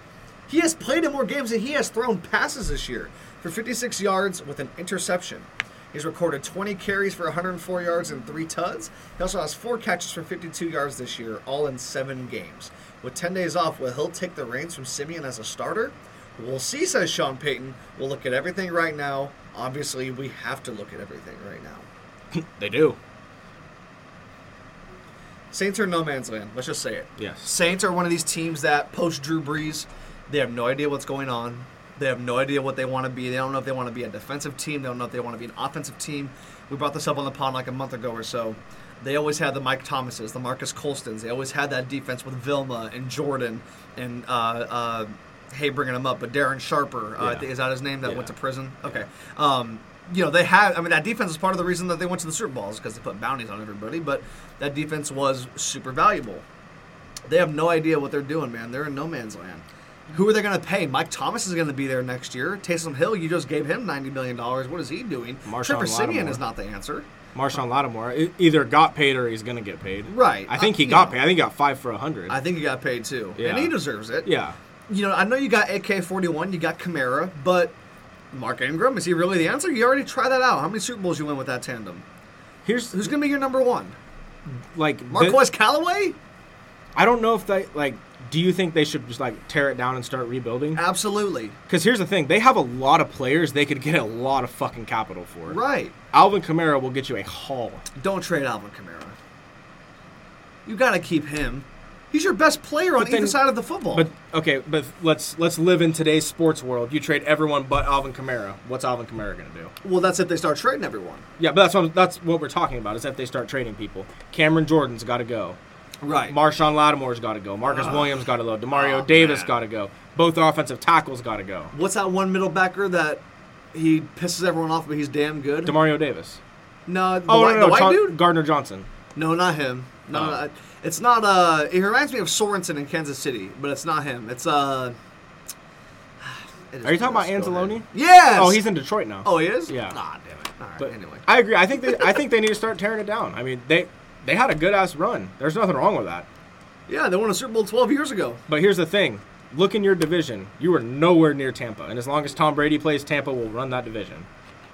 He has played in more games than he has thrown passes this year for 56 yards with an interception. He's recorded 20 carries for 104 yards and three tuds. He also has four catches for 52 yards this year, all in seven games. With 10 days off, will Hill take the reins from Simeon as a starter? We'll see, says Sean Payton. We'll look at everything right now. Obviously, we have to look at everything right now.
They do.
Saints are no man's land. Let's just say it.
Yes.
Saints are one of these teams that post Drew Brees, they have no idea what's going on. They have no idea what they want to be. They don't know if they want to be a defensive team. They don't know if they want to be an offensive team. We brought this up on the pond like a month ago or so. They always had the Mike Thomases, the Marcus Colstons. They always had that defense with Vilma and Jordan and uh, uh, hey, bringing them up, but Darren Sharper uh, I
Yeah.
think- is that his name that
Yeah.
went to prison? Okay. Um, you know, they had, I mean, that defense is part of the reason that they went to the Super Bowl is because they put bounties on everybody, but that defense was super valuable. They have no idea what they're doing, man. They're in no man's land. Who are they going to pay? Mike Thomas is going to be there next year. Taysom Hill, you just gave him $90 million. What is he doing?
Marshawn
Trevor Simeon
Lattimore.
is not the answer.
Marshawn Lattimore e- either got paid or he's going to get paid.
Right.
I think
Uh,
he
you
got
know.
paid. I think he got five for a hundred.
I think he got paid too.
Yeah.
And he deserves it.
Yeah.
You know, I know you got AK 41, you got Camara, but Mark Ingram, is he really the answer? You already tried that out. How many Super Bowls you win with that tandem?
Here's
Who's gonna be your number one?
like the-
Marquez Callaway?
I don't know if they like. Do you think they should just like tear it down and start rebuilding?
Absolutely.
Because here's the thing: they have a lot of players. They could get a lot of fucking capital for.
Right.
Alvin Kamara will get you a haul.
Don't trade Alvin Kamara. You gotta keep him. He's your best player on
But then-
either side of the football.
But okay, but let's let's live in today's sports world. You trade everyone but Alvin Kamara. What's Alvin Kamara going to do?
well, that's if they start trading everyone.
Yeah, but that's what that's what we're talking about is if they start trading people. Cameron Jordan's got to go.
Right.
Marshawn Lattimore's got to go. Marcus Williams got to go. Demario
Ah. oh,
Davis
man.
got to go. Both offensive tackles got to go.
What's that one middle backer that he pisses everyone off, but he's damn good?
Demario Davis.
no, the
Oh
white,
no,
the
no, no
white
Chon-
dude?
Gardner Johnson.
No, not him. No,
Oh.
no, no, it's not. Uh, it reminds me of Sorensen in Kansas City, but it's not him. It's uh. *sighs* it is
Are you talking
gross.
about
Go ahead.
Anzalone?
Yes.
Oh, he's in Detroit now.
Oh, he is.
Yeah.
Ah, damn it. All right.
But
anyway,
I agree. I think they, I think they need to start tearing it down. I mean, they they had a good ass run. There's nothing wrong with that.
yeah, they won a Super Bowl 12 years ago.
But here's the thing: look in your division. You are nowhere near Tampa, and as long as Tom Brady plays, Tampa will run that division.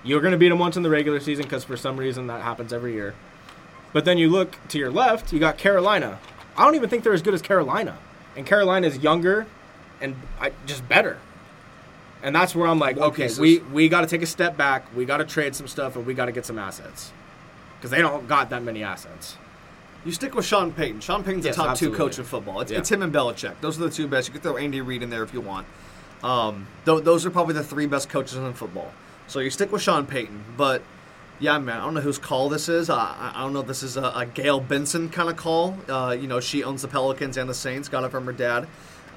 You're going to beat them once in the regular season because for some reason that happens every year. But then you look to your left, you got Carolina. I don't even think they're as good as Carolina, and Carolina is younger and I, just better. And that's where I'm like,
More
okay,
pieces.
we we got to take a step back. We got to trade some stuff, and we got to get some assets because they don't got that many assets.
You stick with Sean Payton. Sean Payton's
Yes,
the top
absolutely.
two coach in football. It's,
Yeah.
it's him and Belichick. Those are the two best. You could throw Andy Reid in there if you want. Um, tho- those are probably the three best coaches in football. So you stick with Sean Payton, but yeah, man, I don't know whose call this is. I, I- I don't know if this is a, a Gail Benson kind of call. Uh, you know, she owns the Pelicans and the Saints, got it from her dad,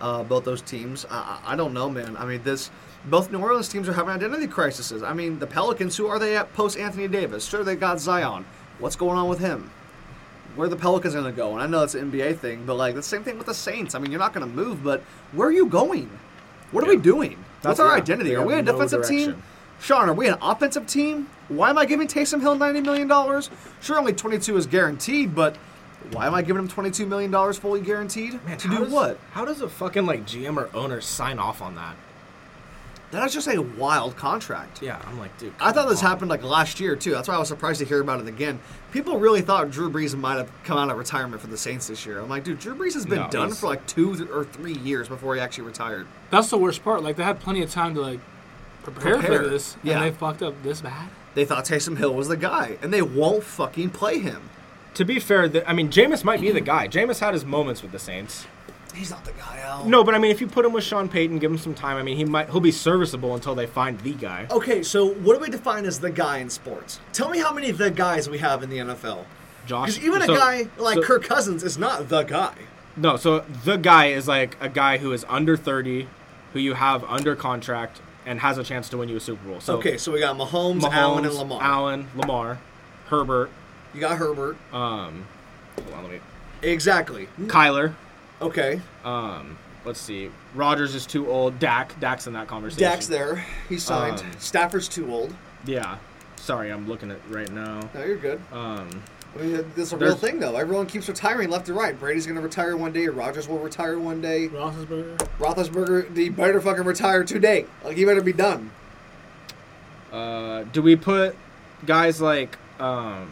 uh, both those teams. I, I I don't know, man. I mean, this both New Orleans teams are having identity crises. I mean, the Pelicans, who are they at post Anthony Davis? Sure, they got Zion. What's going on with him? where the Pelicans going to go. And I know it's an NBA thing, but like the same thing with the Saints. I mean, you're not going to move, but where are you going? What are we doing? What's
That's-
our
yeah,
identity?
they
Are
have
we a
no
defensive team?
direction.
Sean, are we an offensive team? Why am I giving Taysom Hill ninety million dollars? Sure, only twenty-two is guaranteed, but why am I giving him twenty-two million dollars fully guaranteed to
how
do
does-
what?
How does a fucking like GM or owner sign off on that?
That is just a wild contract.
Yeah, I'm like, dude.
I thought this
come on.
happened like last year too. That's why I was surprised to hear about it again. People really thought Drew Brees might have come out of retirement for the Saints this year. I'm like, dude, Drew Brees has been
No,
done
he's-
for like two th- or three years before he actually retired.
That's the worst part. Like they had plenty of time to like prepare,
Prepare.
for this,
Yeah.
and they fucked up this bad.
They thought Taysom Hill was the guy, and they won't fucking play him.
To be fair, th- I mean, Jameis might be the guy. Jameis had his moments with the Saints.
He's not the guy, Al.
No, but I mean, if you put him with Sean Payton, give him some time. I mean, he might he'll be serviceable until they find the guy.
Okay, so what do we define as the guy in sports? Tell me how many the guys we have in the NFL.
Josh,
Because even
so-
a guy like
so-
Kirk Cousins is not the guy.
No, so the guy is like a guy who is under 30, who you have under contract and has a chance to win you a Super Bowl. So
Okay, so we got Mahomes,
Mahomes,
Allen, and Lamar.
Allen, Lamar, Herbert,
You got Herbert.
um, hold on, let me,
exactly.
Kyler.
Okay.
Um, let's see. Rogers is too old. Dak, Dak's in that conversation.
Dak's there. He's signed.
Um,
Stafford's too old.
Yeah. Sorry, I'm looking at right now.
No, you're good.
Um,
I mean, th- this is a real
there's-
thing, though. Everyone keeps retiring left and right. Brady's going to retire one day. Rogers will retire one day.
Roethlisberger.
Roethlisberger, he better fucking retire today. Like, he better be done.
uh, do we put guys like um,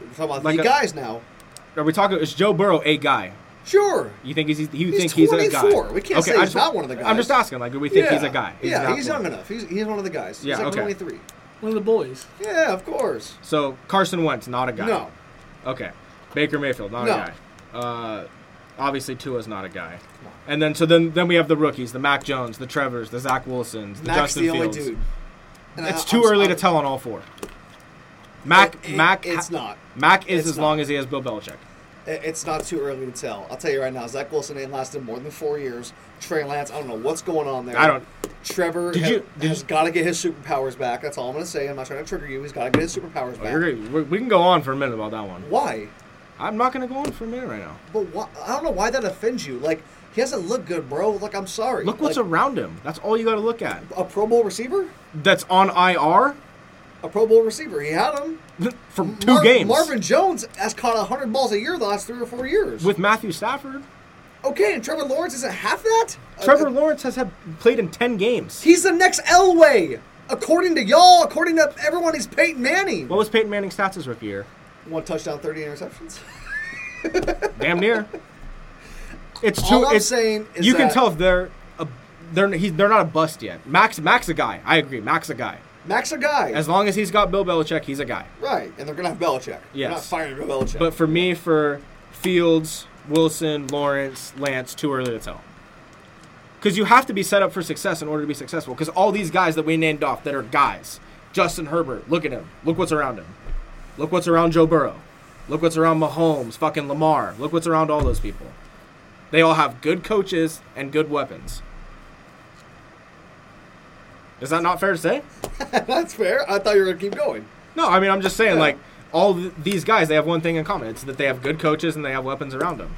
We're talking about
Like
the
a-
guys now.
are we talking? Is Joe Burrow a guy?
Sure.
You think he's you
He's
think he's a guy?
24. We can't say
I
he's
just-
not one of the
I'm just
guys.
asking. Like, do we think
yeah.
he's a guy?
yeah,
not
he's
one.
young enough. He's, he's one of the guys.
Yeah,
he's like
okay.
23.
One of the boys.
Yeah, of course.
So Carson Wentz, not a guy.
No.
Okay. Baker Mayfield, not
No.
a guy. Uh, obviously Tua's not a guy.
on.
And then so then then we have the rookies, the Mac Jones, the Trevors, the Zach Wilsons, the
Mac's
Justin
the only
Fields.
dude. And
It's
I-
too
I'm-
early
I'm-
to tell on all four. Mac
It- it-
Mac
it's not.
Mac is
It's
as
not.
long as he has Bill Belichick.
It- It's not too early to tell. I'll tell you right now, Zach Wilson ain't lasted more than four years. Trey Lance, I don't know what's going on there.
I don't-
Trevor
Did
ha-
you- did
has
you-
got to get his superpowers back. That's all I'm gonna say. I'm not trying to trigger you. He's got to get his superpowers back.
You're gonna- we- we can go on for a minute about that one.
Why?
I'm not going to go on for a minute right now.
But why? I don't know why that offends you. Like he hasn't looked good, bro. Like I'm sorry.
Look what's
Like,
around him. That's all you got to look at.
a Pro Bowl receiver.
That's on IR
A Pro Bowl receiver. He had him.
*laughs* for two
Mar-
games
Marvin Jones has caught hundred balls a year the last three or four years.
with Matthew Stafford.
okay, and Trevor Lawrence isn't half that.
Trevor
Uh,
Lawrence has had, played in 10 games.
He's the next Elway, according to y'all. According to everyone, he's Peyton Manning.
what was Peyton Manning's stats his rookie year?
One touchdown, thirty interceptions.
Damn
*laughs*
near. It's too.
All I'm
it's,
saying is
you can
that-
tell if they're a, they're he's, they're not a bust yet. Max Max a guy. I agree. Max a guy.
Max a guy,
As long as he's got Bill Belichick, he's a guy.
right? And they're gonna have Belichick. They're
Yes.
not firing Bill Belichick. *laughs*
But for me, for Fields, Wilson, Lawrence, Lance, too early to tell. Because you have to be set up for success in order to be successful. Because all these guys that we named off that are guys, Justin Herbert, look at him. Look what's around him. Look what's around Joe Burrow. Look what's around Mahomes, fucking Lamar. Look what's around all those people. They all have good coaches and good weapons. Is that not fair to say?
that's fair. I thought you were gonna keep going.
No, I mean I'm just saying
Yeah.
like all th- these guys they have one thing in common. It's that they have good coaches and they have weapons around them.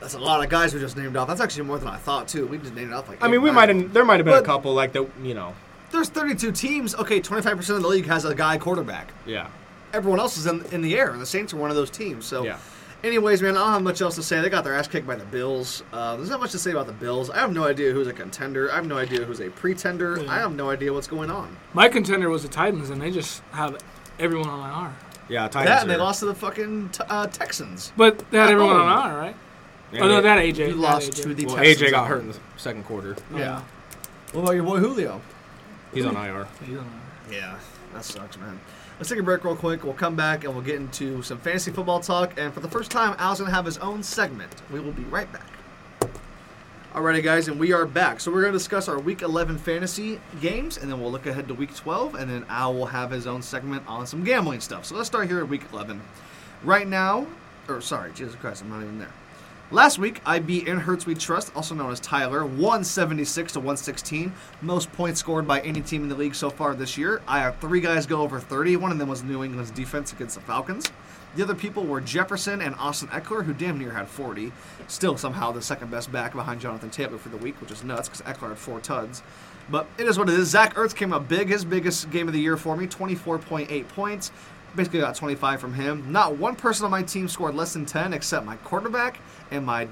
That's a lot of guys we just named off. That's actually more than I thought too. We just named it off like.
I mean,
eight,
we
nine.
might have there might have been
But-
a couple like that, you know.
There's 32 teams. Okay, 25 percent of the league has a guy quarterback.
Yeah.
Everyone else is in, in the air. The Saints are one of those teams. So,
Yeah.
anyways, man, I don't have much else to say. They got their ass kicked by the Bills. Uh, there's not much to say about the Bills. I have no idea who's a contender. I have no idea who's a pretender. I have no idea what's going on.
My contender was the Titans, and they just have everyone on IR.
Yeah, Titans.
That and
are-
they lost to the fucking t- uh, Texans.
But they had
At
everyone
home.
on IR, right?
Yeah,
Oh no,
they-
that AJ.
You
that
lost
AJ.
to the
well,
Texans.
AJ got hurt in the second quarter.
Oh,
Yeah. What about your boy Julio?
He's
Mm-hmm.
on IR.
He's on IR.
Yeah, that sucks, man. Let's take a break real quick. We'll come back and we'll get into some fantasy football talk. And for the first time, Al's gonna have his own segment. We will be right back. Alrighty, guys, and we are back. So we're going to discuss our Week 11 fantasy games, and then we'll look ahead to Week 12, and then Al will have his own segment on some gambling stuff. So let's start here at Week 11. Right now, or sorry, Jesus Christ, I'm not even there. Last week, I beat In Hertz We Trust, also known as Tyler, 176 to 116, most points scored by any team in the league so far this year. I have three guys go over 30. One of them was New England's defense against the Falcons. The other people were Jefferson and Austin Eckler, who damn near had 40. Still, somehow, the second best back behind Jonathan Taylor for the week, which is nuts because Eckler had four tuds. But it is what it is. Zach Ertz came up big, his biggest game of the year for me, 24.8 points. Basically, got 25 from him. Not one person on my team scored less than 10 except my quarterback and my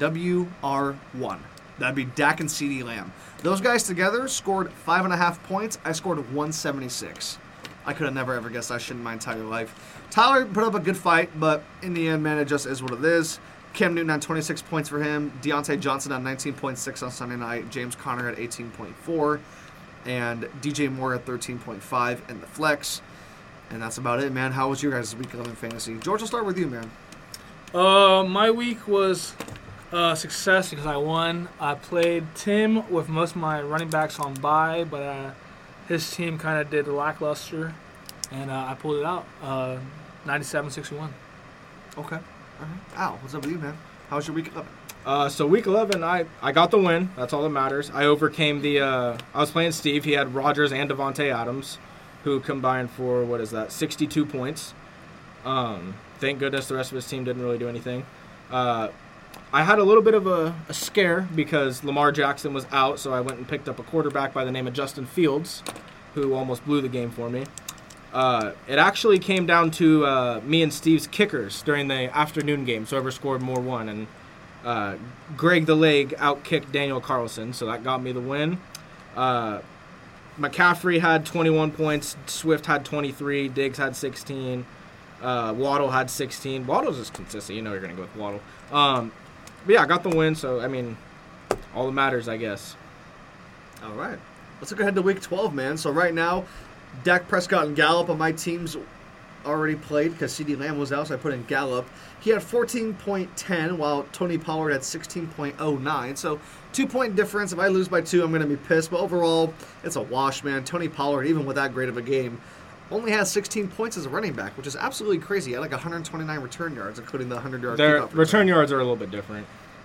WR1. That'd be Dak and CD Lamb. Those guys together scored 5.5 points. I scored 176. I could have never ever guessed I shouldn't my entire life. Tyler put up a good fight, but in the end, man, it just is what it is. Cam Newton on 26 points for him. Deontay Johnson on 19.6 on Sunday night. James Conner at 18.4. And DJ Moore at 13.5 in the flex. And that's about it, man. How was your guys' week 11 fantasy? George, I'll start with you, man.
Uh, my week was uh, success because I won. I played Tim with most of my running backs on bye, but uh, his team kind of did lackluster, and uh, I pulled it out. Uh, 97-61.
Okay. Al, what's up with you, man? How was your week 11?
Uh, so week 11, I, I got the win. That's all that matters. I overcame the. Uh, I was playing Steve. He had Rogers and Devonte Adams, who combined for what is that 62 points. Um, thank goodness the rest of his team didn't really do anything. Uh, I had a little bit of a, a scare because Lamar Jackson was out, so I went and picked up a quarterback by the name of Justin Fields, who almost blew the game for me. Uh, it actually came down to uh, me and Steve's kickers during the afternoon game. So whoever scored more won, and uh, Greg the Leg outkicked Daniel Carlson, so that got me the win. Uh, McCaffrey had 21 points, Swift had 23, Diggs had 16, uh, Waddle had 16. Waddle's just consistent, you know you're gonna go with Waddle. Um, but yeah, I got the win, so I mean, all that matters, I guess.
All right. Let's look ahead to week 12, man. So right now, Dak Prescott and Gallup on my team's already played because CD Lamb was out, so I put in Gallup. He had 14.10, while Tony Pollard had 16.09. So two point difference. If I lose by two, I'm going to be pissed. But overall, it's a wash, man. Tony Pollard, even with that great of a game, only has 16 points as a running back, which is absolutely crazy. He had like 129 return yards, including the 100 yard
Their
kickoff
return yards are a little bit different.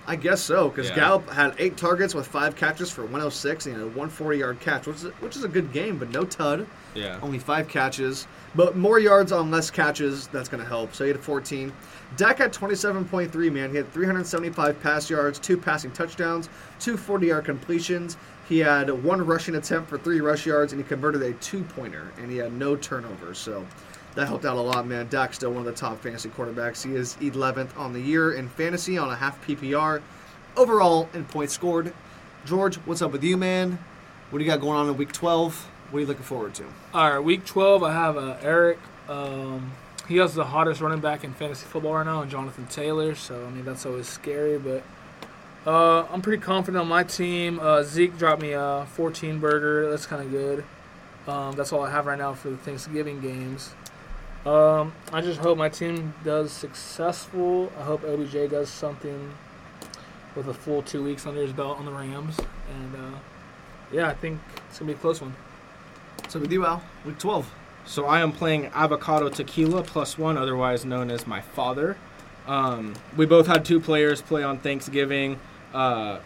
I guess so, because
Yeah.
Gallup had eight targets with five catches for 106 and he had a 140 yard catch, which is, which is a good game, but no tud.
Yeah.
Only five catches, but more yards on less catches. That's going to help. So he had 14. Dak had 27.3, man. He had 375 pass yards, two passing touchdowns, two 40 yard completions. He had one rushing attempt for three rush yards, and he converted a two pointer, and he had no turnovers. So that helped out a lot, man. Dak's still one of the top fantasy quarterbacks. He is 11th on the year in fantasy on a half PPR. Overall, in points scored. George, what's up with you, man? What do you got going on in week 12? What are you looking forward to?
All right, week 12, I have uh, Eric. Um, he has the hottest running back in fantasy football right now, and Jonathan Taylor. So, I mean, that's always scary, but uh, I'm pretty confident on my team. Uh, Zeke dropped me a 14 burger. That's kind of good. Um, that's all I have right now for the Thanksgiving games. Um, I just hope my team does successful. I hope OBJ does something with a full two weeks under his belt on the Rams. And uh, yeah, I think it's going to be a close one.
So we do Al week twelve.
So I am playing Avocado Tequila plus one, otherwise known as my father. Um, we both had two players play on Thanksgiving. Uh,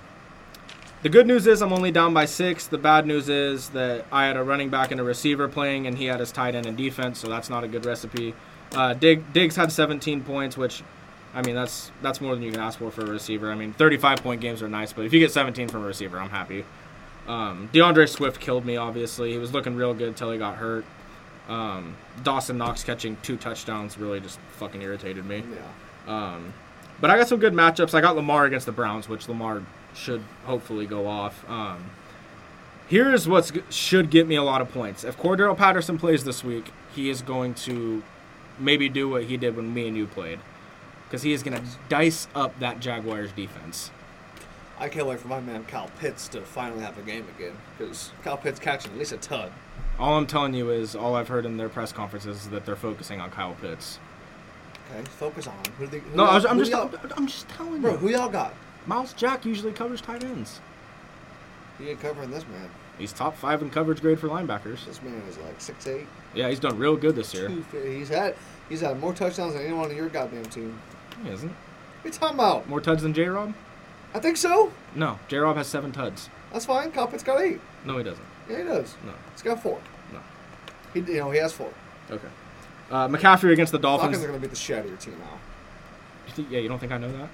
the good news is I'm only down by six. The bad news is that I had a running back and a receiver playing, and he had his tight end and defense, so that's not a good recipe. Uh, Dig- Diggs had 17 points, which, I mean, that's that's more than you can ask for for a receiver. I mean, 35 point games are nice, but if you get 17 from a receiver, I'm happy. Um, DeAndre Swift killed me, obviously. He was looking real good till he got hurt. Um, Dawson Knox catching two touchdowns really just fucking irritated me.
Yeah.
Um, but I got some good matchups. I got Lamar against the Browns, which Lamar should hopefully go off. Um, here's what should get me a lot of points. If Cordero Patterson plays this week, he is going to maybe do what he did when me and you played, because he is going to dice up that Jaguars defense.
I can't wait for my man Kyle Pitts to finally have a game again because Kyle Pitts catching at least a ton.
All I'm telling you is, all I've heard in their press conferences is that they're focusing on Kyle Pitts.
Okay, focus on him. Who do they, who
No, I
y'all-
was, I'm
who
just,
y'all-
I'm just telling you.
bro. Who y'all got?
Miles Jack usually covers tight ends.
He ain't covering this man.
He's top five in coverage grade for linebackers.
This man is like six eight.
Yeah, he's done real good this year.
Two fi- He's had he's had more touchdowns than anyone on your goddamn team.
He isn't.
What are you talking about?
More tuds than J Rob?
I think so.
No, J Rob has seven tuds.
That's fine. Coppett's got eight.
No, he doesn't.
Yeah, he does.
No.
He's got four.
No.
He you know he has four.
Okay. Uh, McCaffrey against the Dolphins.
Falcons are gonna beat the shit out of your team now.
You think- yeah, you don't think I know that?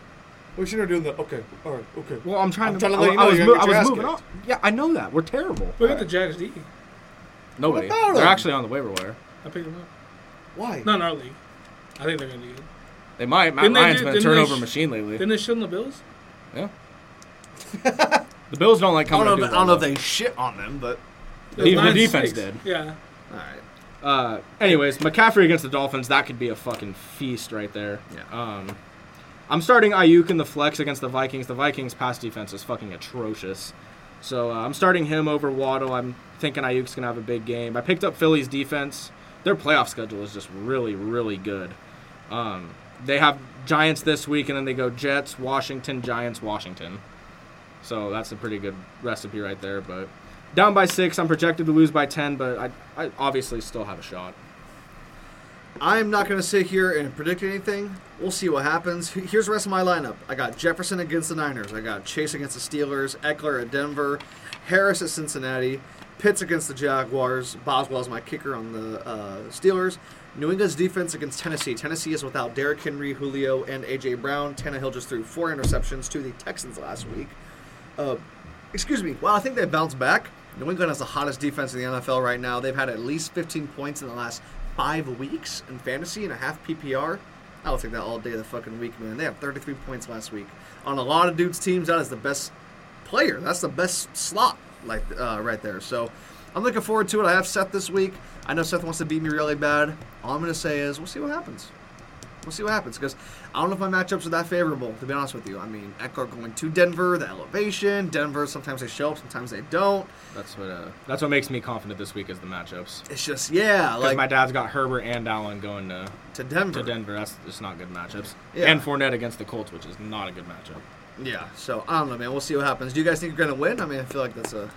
We should have doing the okay. All right. Okay.
Well, I'm trying
I'm
to.
trying to
I-
let you
I,
know
was,
you're
mo-
gonna get
I
your
was
ass
moving
kicked.
on. Yeah, I know that. We're terrible.
Look at the Jags D.
Nobody.
What about
They're
him?
actually on the waiver wire.
I picked them up.
Why?
Not in our league. I think they're gonna do good.
They might. Matt
Didn't they
Ryan's
do-
been a
didn't they
turnover
sh-
machine lately.
Didn't they shit on the Bills?
Yeah. the Bills don't like
I
coming.
don't, know
to
if, I don't know if they shit on them, but
It
Even
was
the
nine
defense
six.
did.
Yeah.
all right.
Uh, anyways, McCaffrey against the Dolphins. That could be a fucking feast right there.
Yeah.
Um, I'm starting Ayuk in the flex against the Vikings. The Vikings' pass defense is fucking atrocious. So uh, I'm starting him over Waddle. I'm thinking Ayuk's gonna have a big game. I picked up Philly's defense. Their playoff schedule is just really, really good. Um, they have Giants this week, and then they go Jets, Washington, Giants, Washington. So that's a pretty good recipe right there. But down by six, I'm projected to lose by ten, but I, I obviously still have a shot.
I'm not going to sit here and predict anything. We'll see what happens. H- Here's the rest of my lineup. I got Jefferson against the Niners. I got Chase against the Steelers. Eckler at Denver. Harris at Cincinnati. Pitts against the Jaguars. Boswell's my kicker on the uh, Steelers. New England's defense against Tennessee. Tennessee is without Derrick Henry, Julio, and A.J. Brown. Tannehill just threw four interceptions to the Texans last week. Uh, excuse me. Well, I think they bounced back. New England has the hottest defense in the NFL right now. They've had at least 15 points in the last five weeks in fantasy and a half PPR. I'll take that all day of the fucking week, man. They have 33 points last week on a lot of dudes' teams. That is the best player. That's the best slot, like uh, right there. So I'm looking forward to it. I have Seth this week. I know Seth wants to beat me really bad. All I'm gonna say is we'll see what happens. We'll see what happens because I don't know if my matchups are that favorable. To be honest with you, I mean Eckler going to Denver, the elevation. Denver sometimes they show up, sometimes they don't.
That's what uh, that's what makes me confident this week is the matchups.
It's just yeah,
Because
like
my dad's got Herbert and Allen going to,
to Denver.
to Denver. That's just not good matchups.
Yeah.
And Fournette against the Colts, which is not a good matchup.
Yeah, so I don't know, man. We'll see what happens. Do you guys think you're gonna win? I mean, I feel like that's a.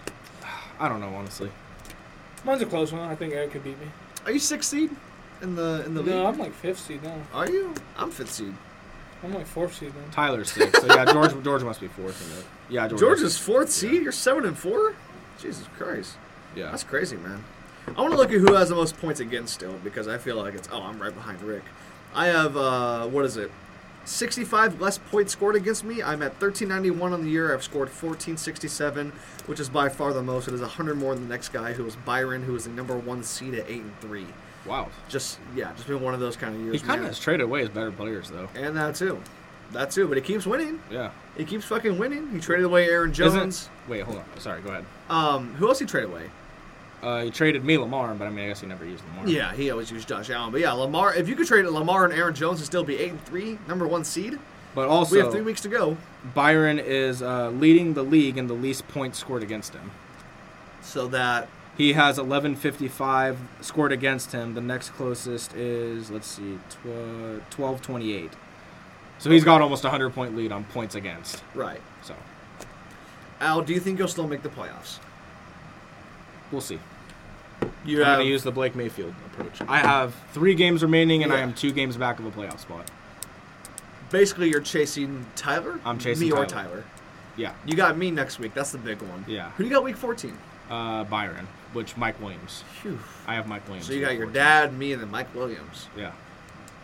I don't know, honestly.
Mine's a close one. I think Eric could beat me.
Are you sixth seed in the in the
No,
league?
I'm like fifth seed now.
Are you? I'm fifth seed.
I'm like fourth seed now.
Tyler's six. So yeah, George *laughs* George must be fourth in it. Yeah, George.
George is fourth seed. You're seven and four. Jesus Christ,
Yeah.
that's crazy, man. I want to look at who has the most points against still because I feel like it's oh I'm right behind Rick. I have uh what is it? 65 less points scored against me. I'm at 1391 on the year. I've scored 1467, which is by far the most. It is 100 more than the next guy, who is Byron, who is the number one seed at eight and three.
Wow.
just yeah, just been one of those kind of
He
years.
kind of
man.
has traded away his better players though.
and that too, that too. But he keeps winning.
Yeah.
He keeps fucking winning. He traded away Aaron Jones.
Isn't, wait, hold on. Sorry, go ahead.
Um, who else he traded away?
Uh, he traded me Lamar, but I mean, I guess he never used Lamar.
Yeah, he always used Josh Allen. But yeah, Lamar. If you could trade Lamar and Aaron Jones and still be eight and three, number one seed,
But also,
we have three weeks to go.
Byron is uh, leading the league in the least points scored against him.
So that
He has 11.55 scored against him. The next closest is, let's see, tw- 12.28. So he's got almost a 100 point lead on points against.
right.
So
Al, do you think you'll still make the playoffs?
we'll see.
You
I'm
have
going to use the Blake Mayfield approach. I have three games remaining, and I
Yeah.
am two games back of a playoff spot.
basically you're chasing Tyler.
I'm chasing
me or
Tyler.
Tyler.
Yeah.
You got me next week. That's the big one.
Yeah.
Who do you got week fourteen?
Uh, Byron, which Mike Williams.
Phew.
I have Mike Williams.
So you got your
unfortunately.
dad, me, and then Mike Williams.
Yeah.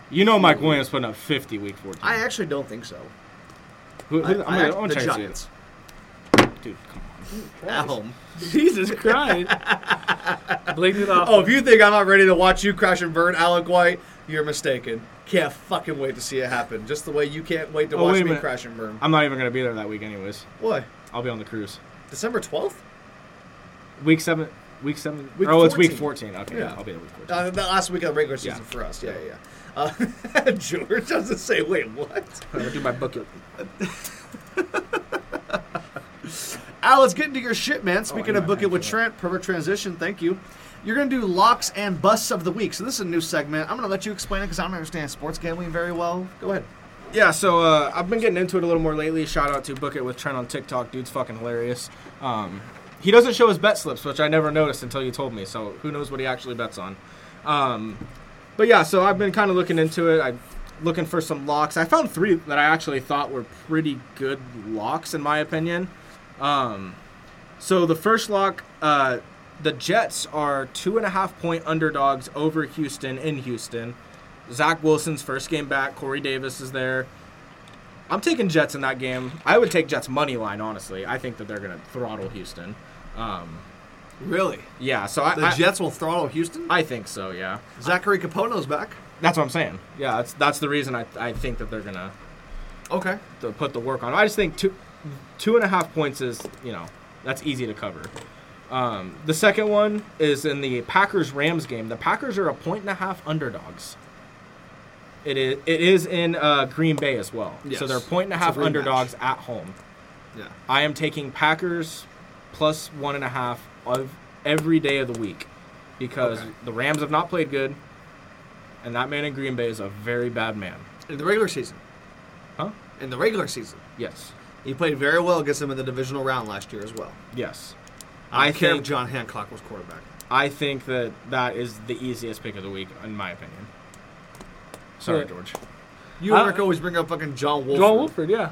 You know Mike Williams putting up 50 week 14.
I actually don't think so.
Who, who,
I,
I'm gonna-
I
I'm
act-
gonna
the
check and see it.
Giants
Dude, come on.
at home.
Jesus Christ.
*laughs*
Blake it off.
Oh, if you think I'm not ready to watch you crash and burn, Alec White, you're mistaken. Can't fucking wait to see it happen. Just the way you can't wait to
Oh, wait
watch
a
me
minute.
crash and burn.
I'm not even going to be there that week, anyways.
What?
I'll be on the cruise.
December 12th?
Week seven. Week seven.
Week
oh, it's week
14.
fourteen. Okay,
Yeah.
I'll be at week fourteen.
Uh, the last week of the regular season
Yeah.
for us. Yeah, yeah, yeah. Uh, *laughs* George doesn't say, wait, what?
I'm gonna Uh, do my booklet.
*laughs* Al, let's get into your shit, man. Speaking
I
of
know,
Book It
thank
with
you.
Trent, perfect transition. Thank you. You're going to do locks and busts of the week. So this is a new segment. I'm going to let you explain it because I don't understand sports gambling very well. Go ahead.
Yeah, so uh, I've been getting into it a little more lately. Shout out to Book It with Trent on TikTok. Dude's fucking hilarious. Um, he doesn't show his bet slips, which I never noticed until you told me. So who knows what he actually bets on? Um, but yeah, so I've been kind of looking into it. I'm looking for some locks. I found three that I actually thought were pretty good locks, in my opinion. Um, so the first lock, uh, the Jets are two and a half point underdogs over Houston in Houston. Zach Wilson's first game back. Corey Davis is there. I'm taking Jets in that game. I would take Jets money line honestly. I think that they're gonna throttle Houston. Um,
Really?
yeah, so I,
The
I
Jets will throttle Houston?
I think so. Yeah,
Zachary Capone's back.
that's what I'm saying. Yeah, that's that's the reason I I think that they're gonna
Okay.
to put the work on. I just think two two and a half points is you know that's easy to cover. Um, the second one is in the Packers Rams game. The Packers are a point and a half underdogs. It is it is in uh, Green Bay as well.
Yes.
So they're point and a
It's a
half
rematch.
underdogs at home.
Yeah.
I am taking Packers plus one and a half of every day of the week because
Okay.
the Rams have not played good, and that man in Green Bay is a very bad man.
In the regular season.
Huh?
In the regular season.
Yes.
He played very well against them in the divisional round last year as well.
Yes.
I,
I
don't care
think-
if John Hancock was quarterback.
I think that that is the easiest pick of the week, in my opinion. Sorry,
Right.
George.
You and
I-
Rick always bring up fucking John Wolford.
John Wolford, yeah.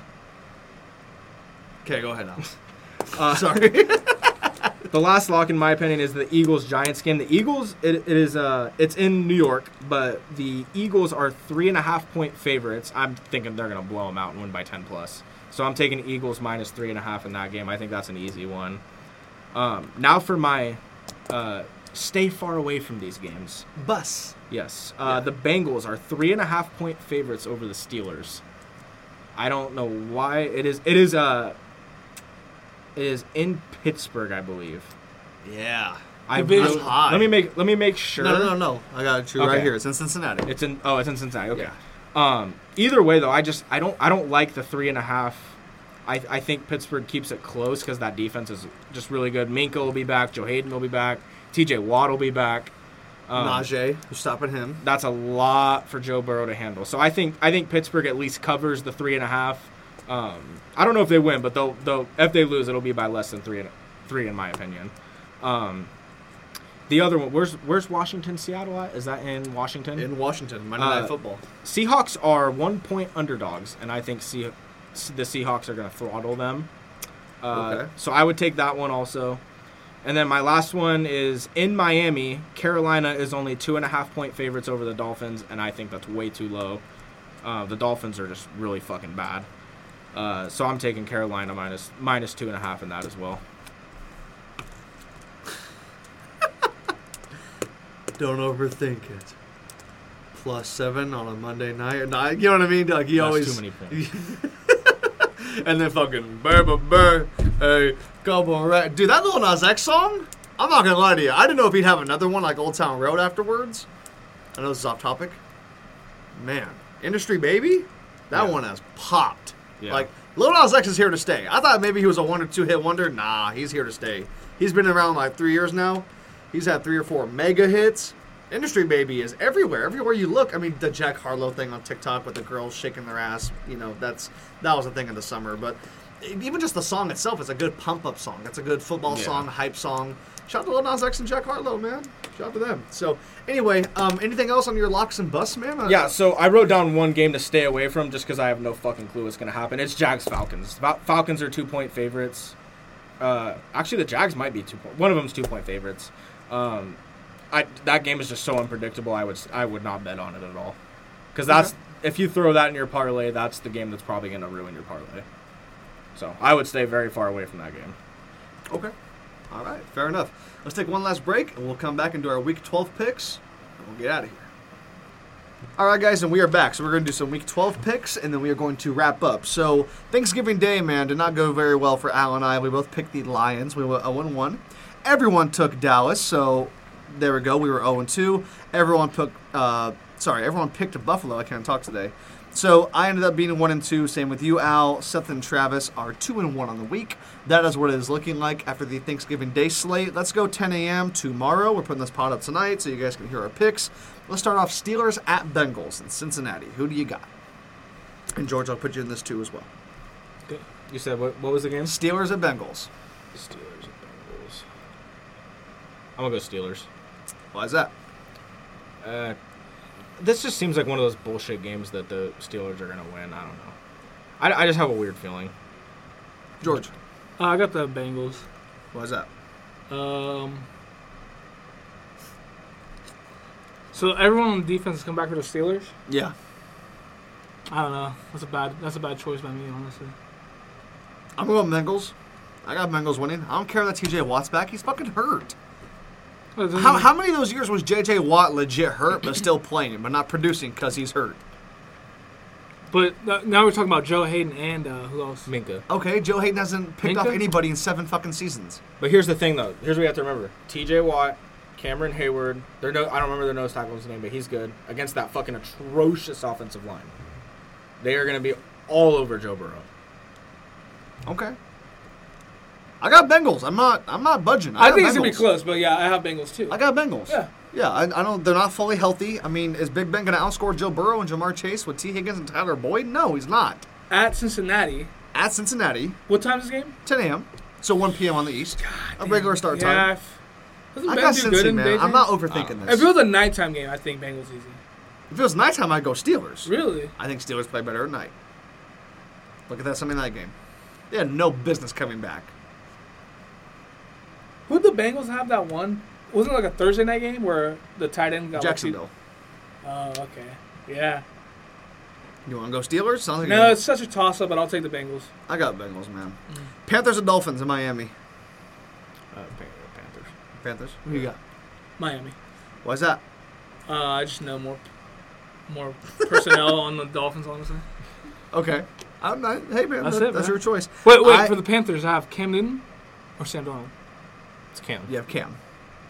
Okay, go ahead now. *laughs* uh, Sorry.
The last lock, in my opinion, is the Eagles Giants game. The Eagles, it, it is uh, it's in New York, but the Eagles are three and a half point favorites. I'm thinking they're gonna blow them out and win by ten plus. So I'm taking Eagles minus three and a half in that game. I think that's an easy one. Um, now for my uh, stay far away from these games.
*laughs* Bus.
Yes. Uh, The Bengals are three and a half point favorites over the Steelers. I don't know why it is. It is uh, it is in Pittsburgh, I believe.
Yeah.
I
Division-
really-
That's high.
Let me make. Let me make sure.
No, no, no, no. I got it you right
Okay.
here. It's in Cincinnati.
It's in. Oh, it's in Cincinnati. Okay. Um. Either way, though, I just I don't I don't like the three and a half. I, I think Pittsburgh keeps it close because that defense is just really good. Minka will be back. Joe Hayden will be back. T.J. Watt will be back. Um,
Najee, who's stopping him.
that's a lot for Joe Burrow to handle. So I think I think Pittsburgh at least covers the three and a half. Um, I don't know if they win, but they'll they'll if they lose, it'll be by less than three and three in my opinion. Um, the other one, where's where's Washington Seattle at? Is that in Washington?
In Washington, Monday
Uh,
Night Football.
Seahawks are one point underdogs, and I think Se- the Seahawks are going to throttle them. Uh,
Okay.
So I would take that one also. And then my last one is in Miami. Carolina is only two and a half point favorites over the Dolphins, and I think that's way too low. Uh, the Dolphins are just really fucking bad. Uh, so I'm taking Carolina minus minus two and a half in that as well.
Don't overthink it. Plus seven on a Monday night. or not- You know what I mean, Doug? He
That's
always.
too
*laughs*
many points.
and then fucking burr burr burr. Hey, couple right. Dude, that little Nas X song. I'm not gonna lie to you. I didn't know if he'd have another one like Old Town Road afterwards. I know this is off topic. Man, Industry Baby, that
Yeah.
one has popped.
Yeah.
Like Lil Nas X is here to stay. I thought maybe he was a one or two hit wonder. Nah, he's here to stay. He's been around like three years now. He's had three or four mega hits. Industry Baby is everywhere. Everywhere you look. I mean, the Jack Harlow thing on TikTok with the girls shaking their ass. You know, that's that was a thing in the summer. But even just the song itself is a good pump up song. It's a good football
Yeah.
song, hype song. Shout out to Lil Nas X and Jack Harlow, man. Shout out to them. So, anyway, um, anything else on your locks and busts, man? I-
Yeah, so I wrote down one game to stay away from just because I have no fucking clue what's going to happen. It's Jags Falcons. Fal- Falcons are two point favorites. Uh, actually, the Jags might be two point. One of them's two point favorites. Um, I that game is just so unpredictable. I would s- I would not bet on it at all because that's if you throw that in your parlay, that's the game that's probably going to ruin your parlay. So I would stay very far away from that game.
Okay. All right. Fair enough. Let's take one last break, and we'll come back and do our Week 12 picks, and we'll get out of here. All right, guys, and we are back. So we're going to do some Week 12 picks, and then we are going to wrap up. So Thanksgiving Day, man, did not go very well for Al and I. We both picked the Lions. We were 0-1. Everyone took Dallas, so there we go. We were 0-2. Everyone took, uh, sorry, everyone picked Buffalo. I can't talk today. So I ended up being one and two. Same with you, Al. Seth and Travis are two and one on the week. That is what it is looking like after the Thanksgiving Day slate. Let's go 10 a.m. tomorrow. We're putting this pot up tonight so you guys can hear our picks. Let's start off Steelers at Bengals in Cincinnati. Who do you got? And George, I'll put you in this too as well.
You said what? What was the game?
Steelers at Bengals.
Steelers and Bengals. I'm gonna go Steelers.
Why is that?
Uh, this just seems like one of those bullshit games that the Steelers are gonna win. I don't know. I, I just have a weird feeling.
George,
Uh, I got the Bengals.
why is that?
Um, so everyone on defense has come back for the Steelers.
Yeah.
I don't know. That's a bad. That's a bad choice by me, honestly.
I'm going Bengals. I got Bengals winning. I don't care that TJ Watt's back. He's fucking hurt. How, how many of those years was JJ Watt legit hurt but still playing but not producing because he's hurt?
But th- now we're talking about Joe Hayden and uh, who else?
Minka.
Okay, Joe Hayden hasn't picked up
Minka?
anybody in seven fucking seasons.
But here's the thing, though. Here's what we have to remember: T.J. Watt, Cameron Hayward. Their no, I don't remember their nose tackle's name, but he's good against that fucking atrocious offensive line. They are gonna be all over Joe Burrow.
Okay. I got Bengals. I'm not. I'm not budging. I,
I
got
think it's gonna be
Bengals.
close, but yeah, I have Bengals too.
I got Bengals.
Yeah.
Yeah. I, I don't. They're not fully healthy. I mean, is Big Ben gonna outscore Joe Burrow and Jamar Chase with T Higgins and Tyler Boyd? No, he's not.
At Cincinnati.
At Cincinnati,
What time's this game?
10 a.m. So 1 p.m. on the East. a regular start
yeah,
time.
f- Doesn't
I
Ben
got
do
Cincy,
in day
man. I'm not
games?
overthinking
If
this.
it was a nighttime game, I think Bengals easy.
If it was nighttime, I'd go Steelers.
Really?
I think Steelers play better at night. Look at that Sunday night game. They had no business coming back.
Who the Bengals have that one? Wasn't it like a Thursday night game where the tight end got like,
Jacksonville.
two- Oh, okay. Yeah.
You want to go Steelers? Sounds like
No, it's such a toss up, but I'll take the Bengals.
I got Bengals, man. Panthers and Dolphins in Miami.
Uh, Panthers.
Panthers. Who you got?
Miami.
Why's that?
Uh, I just know more, more personnel on the Dolphins, honestly.
Okay. I'm not. Hey, man.
That's
that-
it,
that's
man.
your choice.
Wait, wait.
I-
for the Panthers, I have Cam Newton or Sam Donald.
It's Cam.
You have Cam,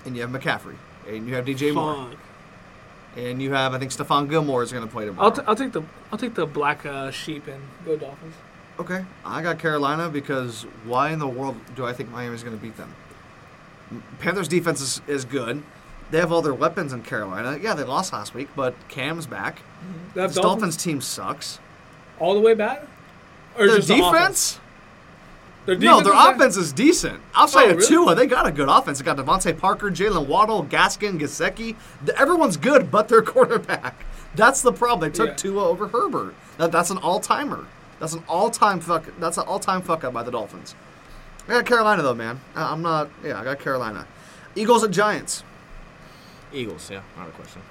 and you have McCaffrey, and you have DJ Moore,
Fuck.
and you have I think Stephon Gilmore is going to play tomorrow.
I'll, t- I'll take the I'll take the black uh, sheep and go Dolphins.
Okay, I got Carolina because why in the world do I think Miami's going to beat them? Panthers defense is, is good. They have all their weapons in Carolina. Yeah, they lost last week, but Cam's back.
They
This
have
Dolphins,
Dolphins
team sucks.
all the way back, or
Their
just the offense?
defense?
Their
no,
defense
their
is bad?
offense is decent. Outside
Oh,
of
really?
Tua, they got a good offense. They got Devontae Parker, Jalen Waddle, Gaskin, Gasecki. The- Everyone's good, but their *laughs* quarterback. That's the problem. They took
Yeah.
Tua over Herbert. That, that's an all timer. That's an all time fuck. That's an all time fuck up by the Dolphins. I got Carolina though, man. I- I'm not. Yeah, I got Carolina. Eagles and Giants.
Eagles. Yeah, not a question.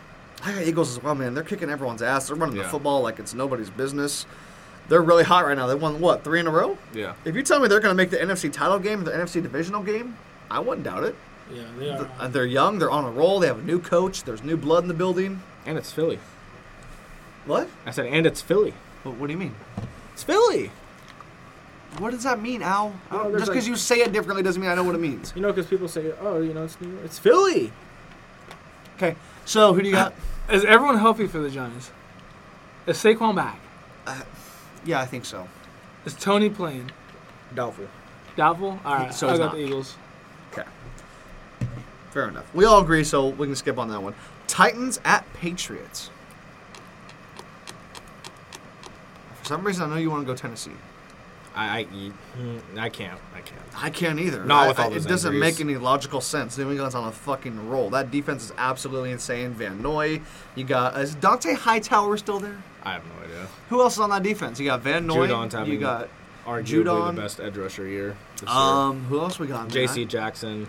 I got Eagles as well, man. They're kicking everyone's ass. They're running the
Yeah.
football like it's nobody's business. They're really hot right now. They won what three in a row?
Yeah.
If you tell me they're going to make the NFC title game, or the NFC divisional game, I wouldn't doubt it.
Yeah, they are.
Uh, They're young, they're on a roll, they have a new coach, there's new blood in the building.
And it's Philly.
What?
I said, and it's Philly.
What, what do you mean?
It's Philly.
What does that mean, Al? I don't-
there's
Just because
like-
you say it differently doesn't mean I know what it means.
You know, because people say, oh, you know, it's New York. It's Philly.
Okay, so who do you *coughs* got?
Is everyone healthy for the Giants? Is Saquon back?
yeah, I think so.
Is Tony playing?
Doubtful.
Doubtful. All right,
So
I
he's
got
not.
the Eagles.
Okay. Fair enough. We all agree, so we can skip on that one. Titans at Patriots. For some reason, I know you want to go Tennessee.
I, I, mm, I can't. I can't.
I can't either.
Not
I-
with all
I-
those
It doesn't
injuries.
make any logical sense. New England's on a fucking roll. That defense is absolutely insane. Van Noy. You got is Dante Hightower still there?
I have no idea.
Who else is on that defense? You got Van Noy.
Judon's having
you got
Arguably
Judon.
the best edge rusher year. This
um. Who else we got? man?
year. J.C. Jackson.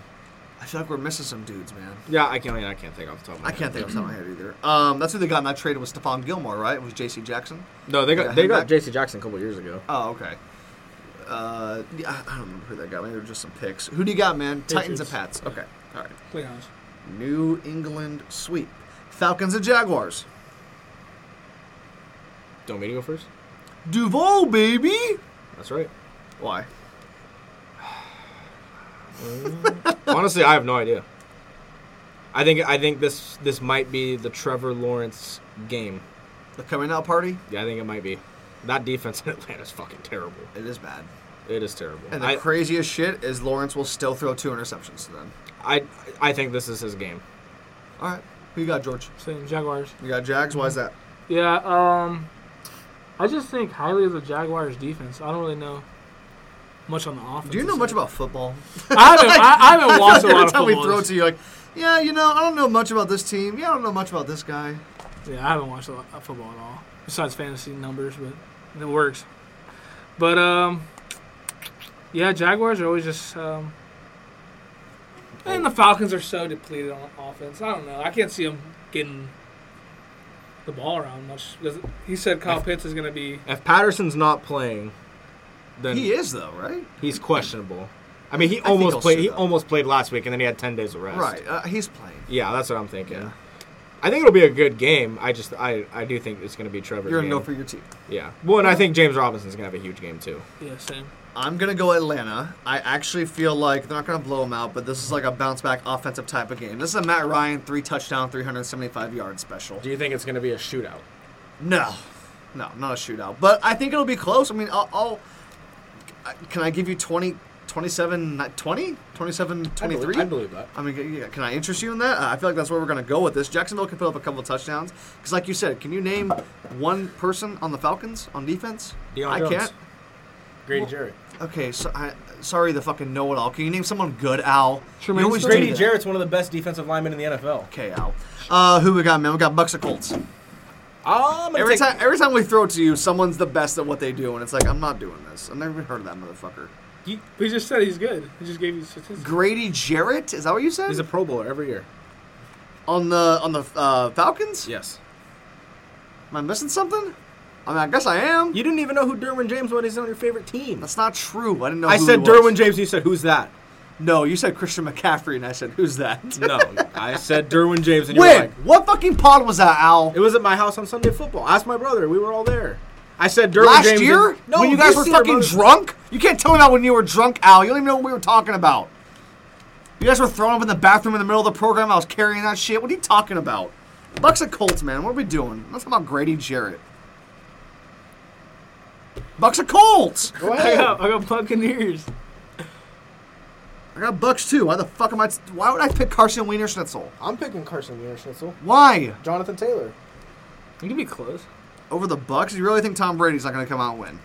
I, I feel like we're missing some dudes, man.
Yeah, I can't. I can't think off the top of my
I
head.
can't think of someone head either. Um. That's who they got in that trade with Stephon Gilmore, right? It was J.C. Jackson.
No, they
Yeah,
got they
him
got
back.
J.C. Jackson a couple years ago.
Oh, okay. Uh, yeah, I I don't remember who they got. Maybe they're just some picks. Who do you got, man? Titans and Pats. Okay. All right.
Playoffs.
New England sweep. Falcons and Jaguars.
Don't me to go first.
Duval, baby.
That's right.
Why?
Honestly, I have no idea. I think I think this this might be the Trevor Lawrence game.
The coming out party.
Yeah, I think it might be. That defense in Atlanta is fucking terrible.
It is bad.
It is terrible.
And the
I,
craziest shit is Lawrence will still throw two interceptions to them.
I I think this is his game.
All right. Who you got, George?
Same Jaguars.
You got Jags. Why is that?
Yeah. Um. I just think highly of the Jaguars' defense. I don't really know much on the offense.
Do you know much about football?
I haven't, I, I
*laughs*
haven't watched a
Every
lot of
time
football.
we throw it
this-
to you, like, yeah, you know, I don't know much about this team. Yeah, I don't know much about this guy.
Yeah, I haven't watched a lot of football at all. Besides fantasy numbers, but it works. But um, yeah, Jaguars are always just. Um, and the Falcons are so depleted on offense. I don't know. I can't see them getting the ball around much. Because he said Kyle Pitts is going to be.
If Patterson's not playing, then
He is though, right?
he's questionable. I mean, he
think
almost
he'll
played.
sit
He
out.
almost played last week, and then he had ten days of rest.
Right. Uh, he's playing.
Yeah, that's what I'm thinking.
Yeah.
I think it'll be a good game. I just, I, I do think it's going to be Trevor's
You're
game.
gonna go for your team.
yeah. Well, and I think James Robinson's going to have a huge game too.
Yeah, same.
I'm gonna go Atlanta. I actually feel like they're not gonna blow him out, but this is like a bounce back offensive type of game. This is a Matt Ryan three touchdown, 375 yard special.
Do you think it's going to be a shootout?
No, no, not a shootout. But I think it'll be close. I mean, I'll, I'll I- can I give you 20, 27, not 20, 27, 23?
I believe that.
I mean, yeah, can I interest you in that? Uh, I feel like that's where we're going to go with this. Jacksonville can put up a couple of touchdowns because, like you said, can you name one person on the Falcons on defense?
Deion
I
Jones.
can't.
Grady Jarrett.
Okay, so I, sorry, the fucking know-it-all. Can you name someone good, Al?
Tremaine
you always do
Grady
that.
Jarrett's one of the best defensive linemen in the NFL.
Okay, Al. Uh, who we got, man? We got Bucks or Colts.
I'm gonna
Every
take-
time, every time we throw it to you, someone's the best at what they do, and it's like I'm not doing this. I've never even heard of that motherfucker.
But he just said he's good. He just gave you statistics.
Grady Jarrett, is that what you said?
He's a Pro Bowler every year.
on the on the uh, Falcons?
Yes.
Am I missing something? I mean, I guess I am.
You didn't even know who Derwin James was. He's on your favorite team.
That's not true. I didn't know.
I
who
said
he was.
Derwin James. You said who's that?
No, you said Christian McCaffrey, and I said, "Who's that?"
No, *laughs* I said Derwin James, and you were
When?
like,
what fucking pod was that, Al?
it was at my house on Sunday football. Ask my brother. We were all there. I said Derwin
Last
James.
year?
and- no,
when you guys were
this year,
fucking
brother.
drunk? You can't tell me about when you were drunk, Al. You don't even know what we were talking about. You guys were thrown up in the bathroom in the middle of the program. I was carrying that shit. What are you talking about? Bucks and Colts, man. What are we doing? Let's talk about Grady Jarrett. Bucks and Colts.
Go
*laughs* I
ahead.
got, I got Buccaneers.
I got Bucks too. Why the fuck am I? Why would I pick Carson Wiener Schnitzel?
I'm picking Carson Wiener Schnitzel.
Why?
Jonathan Taylor.
You can be close.
Over the Bucks? You really think Tom Brady's not going to come out and win?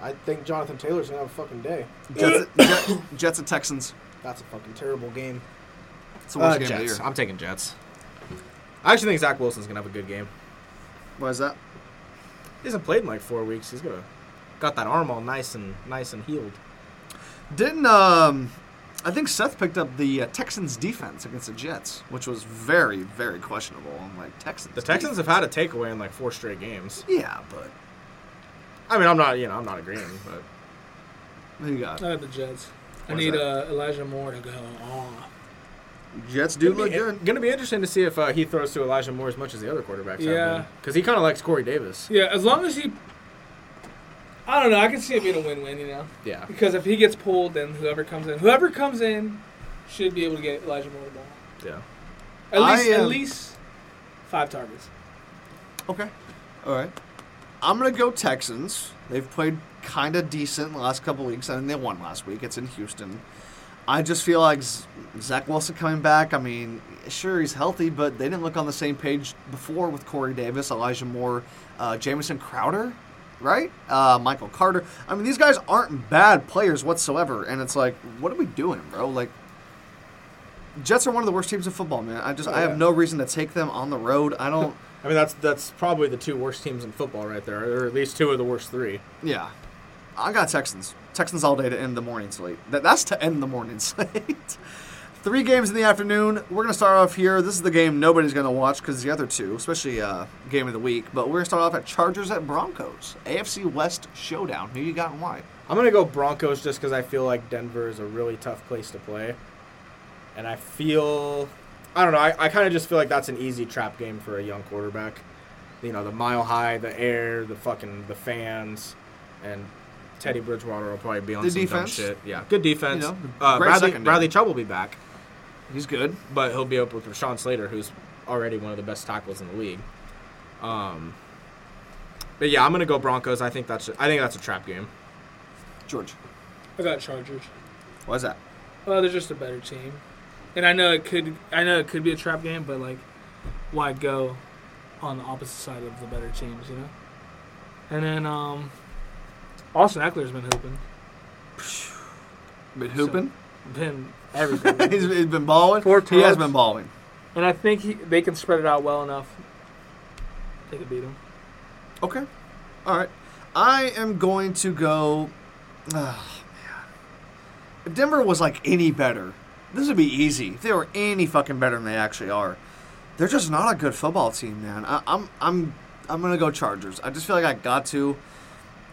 I think Jonathan Taylor's gonna have a fucking day.
Jets, *coughs* Jet- Jets and Texans.
That's a fucking terrible game.
It's the
Uh,
worst game of
Jets.
the year.
I'm taking Jets. I actually think Zach Wilson's gonna have a good game.
Why is that?
He hasn't played in like four weeks. He's gonna got that arm all nice and nice and healed.
Didn't um, I think Seth picked up the uh, Texans defense against the Jets, which was very very questionable. I'm like Texans.
The Texans have had a takeaway in like four straight games.
defense? Yeah, but
I mean, I'm not you know I'm not agreeing, but
who you got?
I got the Jets. I
Where's
need uh,
that?
Elijah Moore to go on.
Jets do
gonna
look
be,
good.
gonna be interesting to see if uh, he throws to Elijah Moore as much as the other quarterbacks.
Yeah.
because he kind of likes Corey Davis.
Yeah, as long as he. I don't know. I can see it being a win-win, you know,
*laughs*
Yeah,
because if he gets pulled, then whoever comes in, whoever comes in, should be able to get Elijah Moore the ball.
yeah.
At
I
least,
am-
at least five targets.
Okay, all right. I'm gonna go Texans. They've played kind of decent the last couple weeks. I mean, they won last week. It's in Houston. I just feel like Z- Zach Wilson coming back. I mean, sure he's healthy, but they didn't look on the same page before with Corey Davis, Elijah Moore, uh, Jamison Crowder, right? Uh, Michael Carter. I mean, these guys aren't bad players whatsoever, and it's like, what are we doing, bro? Like, Jets are one of the worst teams in football, man. I just
Oh,
I
yeah.
have no reason to take them on the road. I don't.
I mean, that's that's probably the two worst teams in football right there, or at least two of the worst three.
Yeah, I got Texans. Texans all day to end the morning slate. That, that's to end the morning *laughs* slate. Three games in the afternoon. We're gonna start off here. This is the game nobody's gonna watch because the other two, especially uh, game of the week. But we're gonna start off at Chargers at Broncos, AFC West showdown. Who you got and why?
I'm gonna go Broncos just because I feel like Denver is a really tough place to play, and I feel I don't know. I, I kind of just feel like that's an easy trap game for a young quarterback. You know, the mile high, the air, the fucking the fans, and Teddy Bridgewater will probably be on
The
some
defense.
dumb shit. Yeah, good defense.
You know,
uh,
great
Bradley,
secondary.
Bradley Chubb will be back,
He's good.
but he'll be up with Rashawn Slater, who's already one of the best tackles in the league. Um, but yeah, I'm gonna go Broncos. I think that's I think that's a trap game.
George,
I got Chargers.
why is that?
Well, they're just a better team, and I know it could. I know it could be a trap game, but like, why go on the opposite side of the better teams? You know, And then um, Austin Eckler's been hooping.
Been hooping.
Been
*laughs*
everything.
he's, he's been balling.
Four
He has
times.
been balling.
and I think he, they can spread it out well enough. They could beat him.
Okay. All right. I am going to go. Oh, man. If Denver was like any better, this would be easy. If they were any fucking better than they actually are, they're just not a good football team, man. I, I'm I'm I'm gonna go Chargers. I just feel like I got to.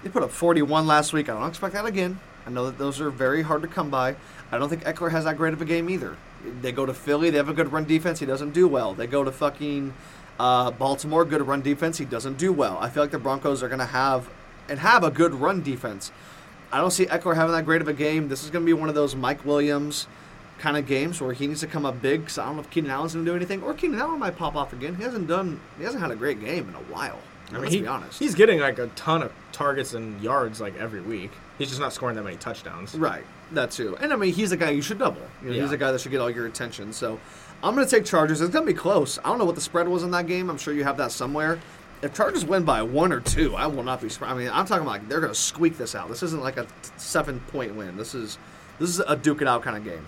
They put up 41 last week. I don't expect that again. I know that those are very hard to come by. I don't think Eckler has that great of a game either. They go to Philly. They have a good run defense. He doesn't do well. They go to fucking uh, Baltimore. Good run defense. He doesn't do well. I feel like the Broncos are going to have and have a good run defense. I don't see Eckler having that great of a game. This is going to be one of those Mike Williams kind of games where he needs to come up big. Because I don't know if Keenan Allen's going to do anything, or Keenan Allen might pop off again. He hasn't done. He hasn't had a great game in a while. I mean, let's
he-
be honest.
he's getting like a ton of targets and yards like every week. He's just not scoring that many touchdowns.
Right, that too. And I mean, he's a guy you should double. You know, He's
Yeah.
a guy that should get all your attention. So I'm going to take Chargers. It's going to be close. I don't know what the spread was in that game. I'm sure you have that somewhere. If Chargers win by one or two, I will not be surprised. I mean, I'm talking like they're going to squeak this out. This isn't like a seven point win. This is this is a duke it out kind of game.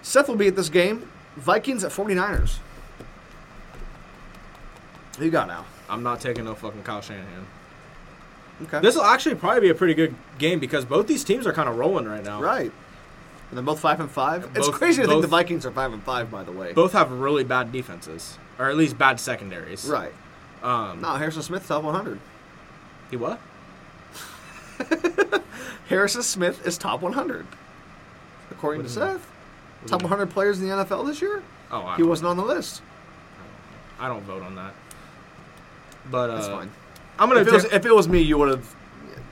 Seth will be at this game. Vikings at 49ers. Who you got now?
I'm not taking no fucking Kyle Shanahan.
Okay.
This will actually probably be a pretty good game because both these teams are kind of rolling right now.
right. And they're both five and five. it's
Both-
crazy to think the
both-
Vikings are five and five, by the way.
Both have really bad defenses, or at least bad secondaries.
Right.
Um,
No, Harrison Smith top 100.
He what?
Harrison Smith is top 100, according
What
to
do you mean?
Seth. Top 100 players in the NFL this year.
Oh, I,
He wasn't on the list.
I don't vote on that. But uh,
That's fine.
I'm gonna
If it, was,
ta-
if it was me, you would have.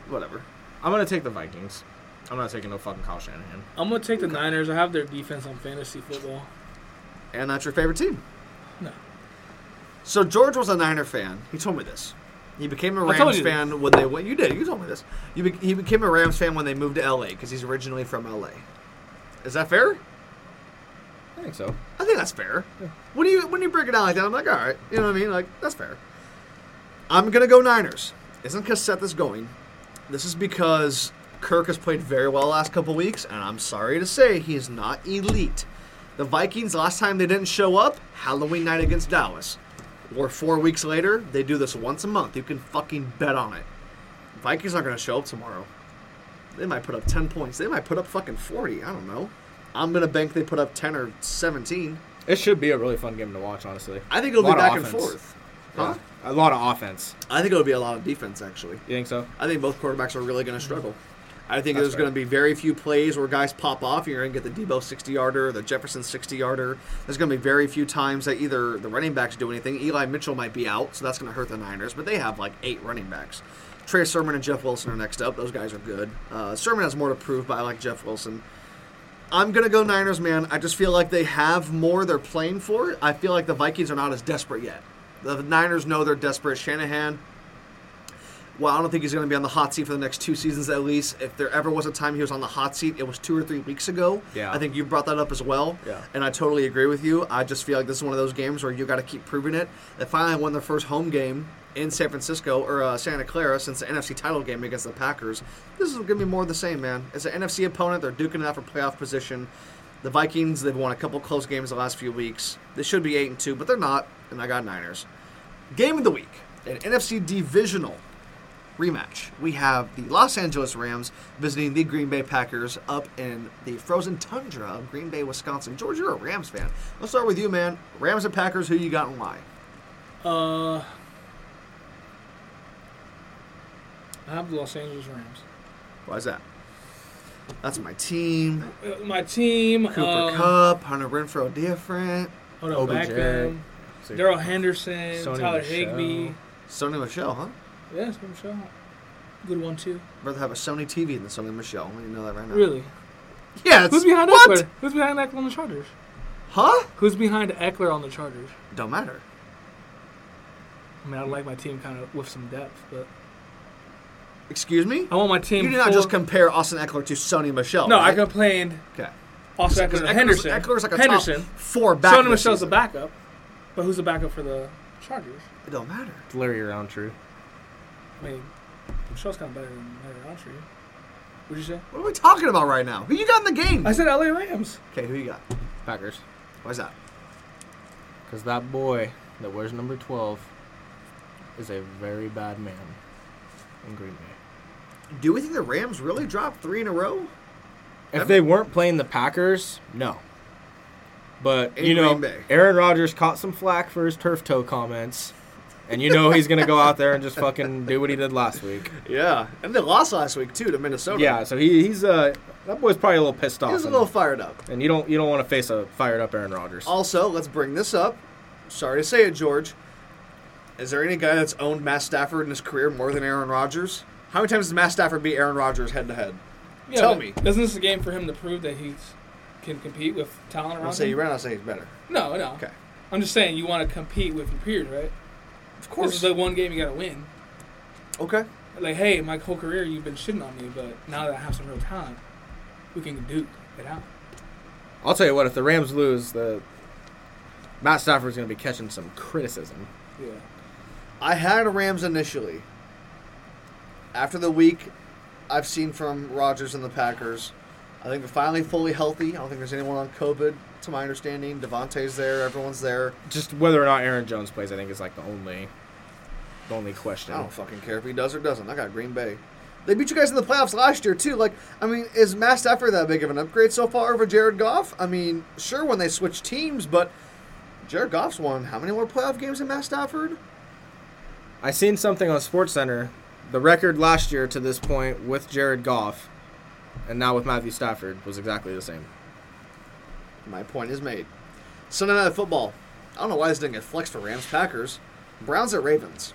Whatever.
I'm gonna take the Vikings. I'm not taking no fucking Kyle Shanahan.
I'm gonna take the Niners. I have their defense on fantasy football.
And that's your favorite team.
No.
So George was a Niner fan. He told me this. He became a
I told
Rams
you this.
fan when they went. You did. You told me this. You be, he became a Rams fan when they moved to LA because he's originally from LA. Is that fair?
I think so.
I think that's fair. When you when you break it down like that, I'm like, all right, you know what I mean? Like that's fair. I'm gonna go Niners. Isn't because Seth is going. This is because Kirk has played very well last couple weeks, and I'm sorry to say he is not elite. The Vikings last time they didn't show up, Halloween night against Dallas. Or four weeks later, they do this once a month. You can fucking bet on it. Vikings aren't gonna show up tomorrow. They might put up 10 points. They might put up fucking 40. I don't know. I'm going to bank they put up 10 or 17.
It should be a really fun game to watch, honestly.
I think it'll be
Lot of
back and
offense.
forth. Huh?
Yeah. A lot of offense.
I think it'll be a lot of defense, actually.
You think so?
I think both quarterbacks are really going to struggle. I think
That's
there's going
fair.
to be very few plays where guys pop off. You're going to get the Debo 60 yarder, the Jefferson 60 yarder. There's going to be very few times that either the running backs do anything. Eli Mitchell might be out, so that's going to hurt the Niners, but they have like eight running backs. Trey Sermon and Jeff Wilson are next up. Those guys are good. Uh, Sermon has more to prove, but I like Jeff Wilson. I'm gonna go Niners, man. I just feel like they have more. They're playing for it. I feel like the Vikings are not as desperate yet. The Niners know they're desperate. Shanahan. Well, I don't think he's going to be on the hot seat for the next two seasons at least. If there ever was a time he was on the hot seat, it was two or three weeks ago.
Yeah.
I think you brought that up as well.
Yeah.
And I totally agree with you. I just feel like this is one of those games where you got to keep proving it. They finally won their first home game in San Francisco or uh, Santa Clara since the NFC title game against the Packers. This is going to be more of the same, man. It's an NFC opponent. They're duking it out for playoff position. The Vikings, they've won a couple close games the last few weeks. They should be 8 and 2, but they're not. And I got Niners. Game of the week, an NFC divisional rematch. We have the Los Angeles Rams visiting the Green Bay Packers up in the frozen tundra of Green Bay, Wisconsin. George, you're a Rams fan. Let's start with you, man. Rams and Packers, who you got and why?
Uh, I have the Los Angeles Rams.
Why is that? That's my team.
Uh, My team.
Cooper
um,
Cup, Hunter Renfro, different.
Hold on,
OBJ.
Beckham, Daryl Henderson,
Sony
Tyler
Michelle.
Higbee.
Sony Michelle, huh?
Yeah, it's been shot. Good one too.
Rather have a Sony TV than Sony Michelle. You know that right now.
Really?
Yes.
Who's behind
what?
Eckler? Who's behind Eckler on the Chargers?
Huh?
Who's behind Eckler on the Chargers?
Don't matter.
I mean, I like my team kind of with some depth, but
Excuse me.
I want my team.
You did not
full-
just compare Austin Eckler to Sony Michelle.
No,
Oh, right?
I complained.
Okay.
Also,
Because
Eckler,
Eckler's-
Henderson.
Eckler's like a
Henderson.
top four back.
Sony
this
Michelle's a
season.
backup, but who's the backup for the Chargers?
It don't matter.
Larry Roundtree.
I mean, Michelle's kind of better than Larry Roundtree. Would you say?
What are we talking about right now? Who you got in the game?
I said LA Rams.
Okay, who you got?
Packers.
Why's that?
Because that boy that wears number 12 is a very bad man in Green Bay.
Do we think the Rams really dropped three in a row?
If they weren't playing the Packers, no. But,
In
you know,
Green Bay.
Aaron Rodgers caught some flack for his turf toe comments. And you know he's going to go out there and just fucking do what he did last week.
Yeah, and they lost last week too to Minnesota.
Yeah, so he, he's, uh, that boy's probably a little pissed off.
he was a
and-
little fired up.
And you don't you don't want to face a fired up Aaron Rodgers.
Also, let's bring this up. Sorry to say it, George. Is there any guy that's owned Matt Stafford in his career more than Aaron Rodgers? How many times does Matt Stafford beat Aaron Rodgers head to head?
Yeah,
Tell
but
me.
Isn't this a game for him to prove that he can compete with talent around
I'll say
him?
you're right. I'll say he's better.
No, no.
Okay.
I'm just saying you want to compete with your peers, right?
Of
This is the one game you got to win.
Okay.
Like, hey, my whole career you've been shitting on me, but now that I have some real talent, we can duke it out.
I'll tell you what, if the Rams lose, the Matt Stafford's going to be catching some criticism.
Yeah.
I had Rams initially. After the week I've seen from Rodgers and the Packers, I think they're finally fully healthy. I don't think there's anyone on COVID, to my understanding. Devontae's there. Everyone's there.
Just whether or not Aaron Jones plays, I think is like the only the only question.
I don't fucking care if he does or doesn't. I got Green Bay. They beat you guys in the playoffs last year too. Like, I mean, is Matt Stafford that big of an upgrade so far over Jared Goff? I mean, sure when they switch teams, but Jared Goff's won how many more playoff games than Matt Stafford?
I seen something on Sports Center. The record last year to this point with Jared Goff and now with Matthew Stafford was exactly the same.
My point is made. Sunday night football. I don't know why this didn't get flexed for Rams Packers. Browns at Ravens.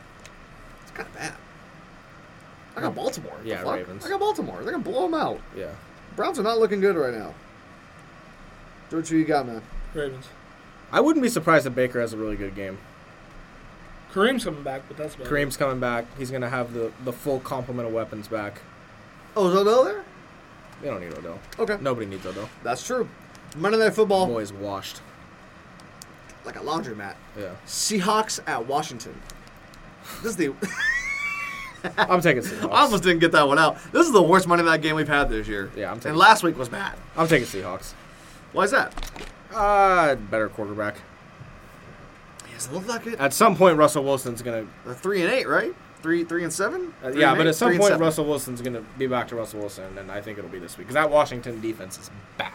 It's kind of bad. I got Baltimore. The
Yeah,
fuck?
Ravens.
I got Baltimore. They're gonna blow them out.
Yeah.
Browns are not looking good right now. George, who you got, man?
Ravens.
I wouldn't be surprised if Baker has a really good game.
Kareem's coming back, but that's bad.
Kareem's coming back. He's going to have the, the full complement of weapons back.
Oh, is Odell there?
They don't need Odell.
Okay.
Nobody needs Odell.
That's true. Monday Night Football,
Boy's washed.
like a laundromat.
Yeah.
Seahawks at Washington. This is the.
I'm taking
*laughs*
Seahawks.
I almost didn't get that one out. This is the worst Monday Night game we've had this year.
Yeah, I'm taking-
And last week was bad.
I'm taking Seahawks.
Why is that?
Uh, better quarterback.
Yes, it looked like it.
At some point, Russell Wilson's gonna.
They're three and eight, right? Three, three and seven.
uh,
Three
yeah,
and
but
eight?
at some
Three and
point,
seven.
Russell Wilson's gonna be back to Russell Wilson, and I think it'll be this week because that Washington defense is bad.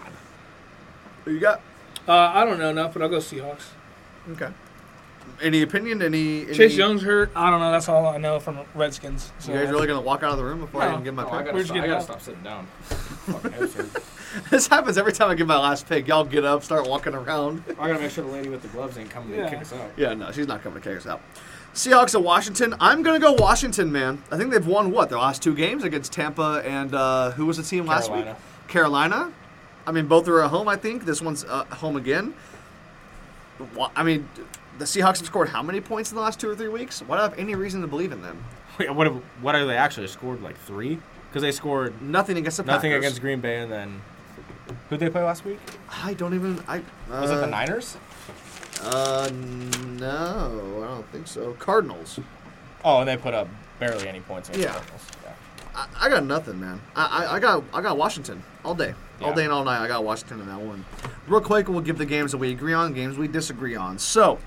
Who you got?
Uh, I don't know enough, but I'll go Seahawks.
Okay. Any opinion? Any? any
Chase Young's hurt. I don't know. That's all I know from Redskins.
You guys really gonna walk out of the room before I
No.
even give my
No,
pick?
I gotta Where'd you stop- get I gotta that? stop
sitting *laughs* down.
*laughs* This happens every time I give my last pick. Y'all get up, start walking around.
I gotta make sure the lady with the gloves ain't coming
to Yeah. kick us
out.
Yeah, no, she's not coming to kick us out. Seahawks at Washington. I'm gonna go Washington, man. I think they've won what their last two games against Tampa and uh, who was the team last
Carolina.
week? Carolina. I mean, both are at home. I think this one's uh, home again. Wa- I mean, the Seahawks have scored how many points in the last two or three weeks? Why do I have any reason to believe in them?
*laughs* Wait, what? Have, what are they actually scored? Like three? Because they scored
Nothing against the
nothing
Packers.
against Green Bay, and then who they play last week?
I don't even. I uh,
Was it the Niners?
Uh, no, I don't think so. Cardinals.
Oh, and they put up barely any points. Against
Yeah.
the Cardinals. yeah.
I, I got nothing, man. I, I, I got I got Washington all day, all
Yeah.
day and all night. I got Washington in that one. Real quick, we'll give the games that we agree on, games we disagree on. So,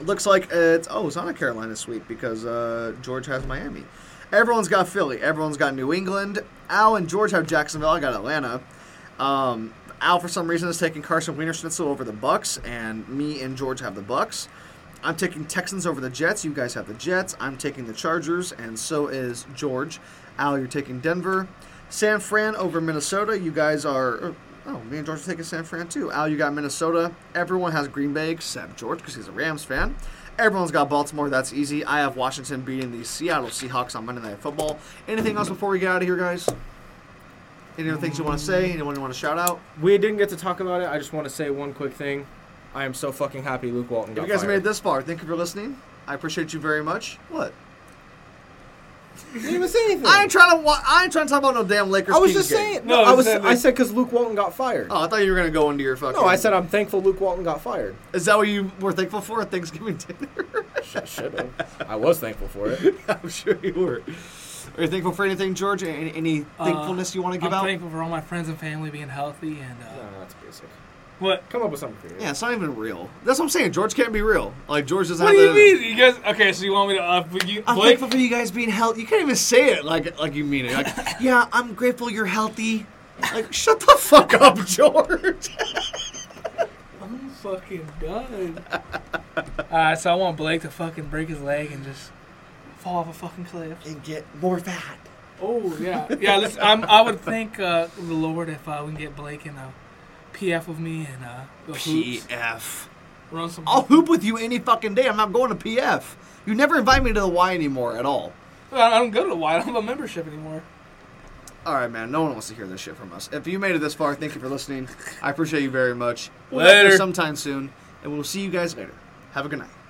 it looks like it's oh, it's not a Carolina sweep because uh, George has Miami. Everyone's got Philly. Everyone's got New England. Al and George have Jacksonville. I got Atlanta. Um, Al for some reason is taking Carson Wiener Schnitzel over the Bucks, and me and George have the Bucks. I'm taking Texans over the Jets. You guys have the Jets. I'm taking the Chargers, and so is George. Al, you're taking Denver. San Fran over Minnesota. You guys are. Oh, me and George are taking San Fran too. Al, you got Minnesota. Everyone has Green Bay except George because he's a Rams fan. Everyone's got Baltimore. That's easy. I have Washington beating the Seattle Seahawks on Monday Night Football. Anything else before we get out of here, guys? Any other things you want to say? Anyone you want to shout out?
We didn't get to talk about it. I just want to say one quick thing. I am so fucking happy Luke Walton got
If you guys
fired.
made it this far, thank you for listening. I appreciate you very much. What?
You didn't even say anything.
I ain't trying to. Wa- I ain't trying to talk about no damn Lakers.
I was
Kings
just
game.
saying.
No,
No, I was.
exactly.
I said because Luke Walton got fired.
Oh, I thought you were gonna go into your fucking.
no, I said I'm thankful Luke Walton got fired.
Is that what you were thankful for at Thanksgiving dinner?
*laughs*
*laughs*
Should have. I was thankful for it.
I'm sure you were. Are you thankful for anything, George? Any, any thankfulness you want to give
Uh, I'm
out?
thankful for all my friends and family being healthy and uh,
No, no, that's basic.
what?
Come up with something creative.
yeah, it's not even real. That's what I'm saying. George can't be real. Like George doesn't
What do
have
you
the-
mean? You guys? Okay, so you want me to up? You,
I'm
Blake,
thankful for you guys being healthy. You can't even say it like like you mean it.
*laughs*
Like, yeah, I'm grateful you're healthy. Like, shut the fuck up, *laughs* George.
I'm fucking done. *laughs* all right, so I want Blake to fucking break his leg and just fall off a fucking cliff.
and get more fat.
Oh yeah, *laughs* yeah. Listen, I'm, I would thank uh, the Lord if uh, we can get Blake in a PF with me and uh, go hoops,
PF.
run some.
I'll hoop with you any fucking day. I'm not going to PF. You never invite me to the Y anymore at all.
I don't go to the Y. I don't have a membership anymore.
All right, man. No one wants to hear this shit from us. If you made it this far, thank you for listening. I appreciate you very much. We'll
Later.
be sometime soon, and we'll see you guys later. Have a good night.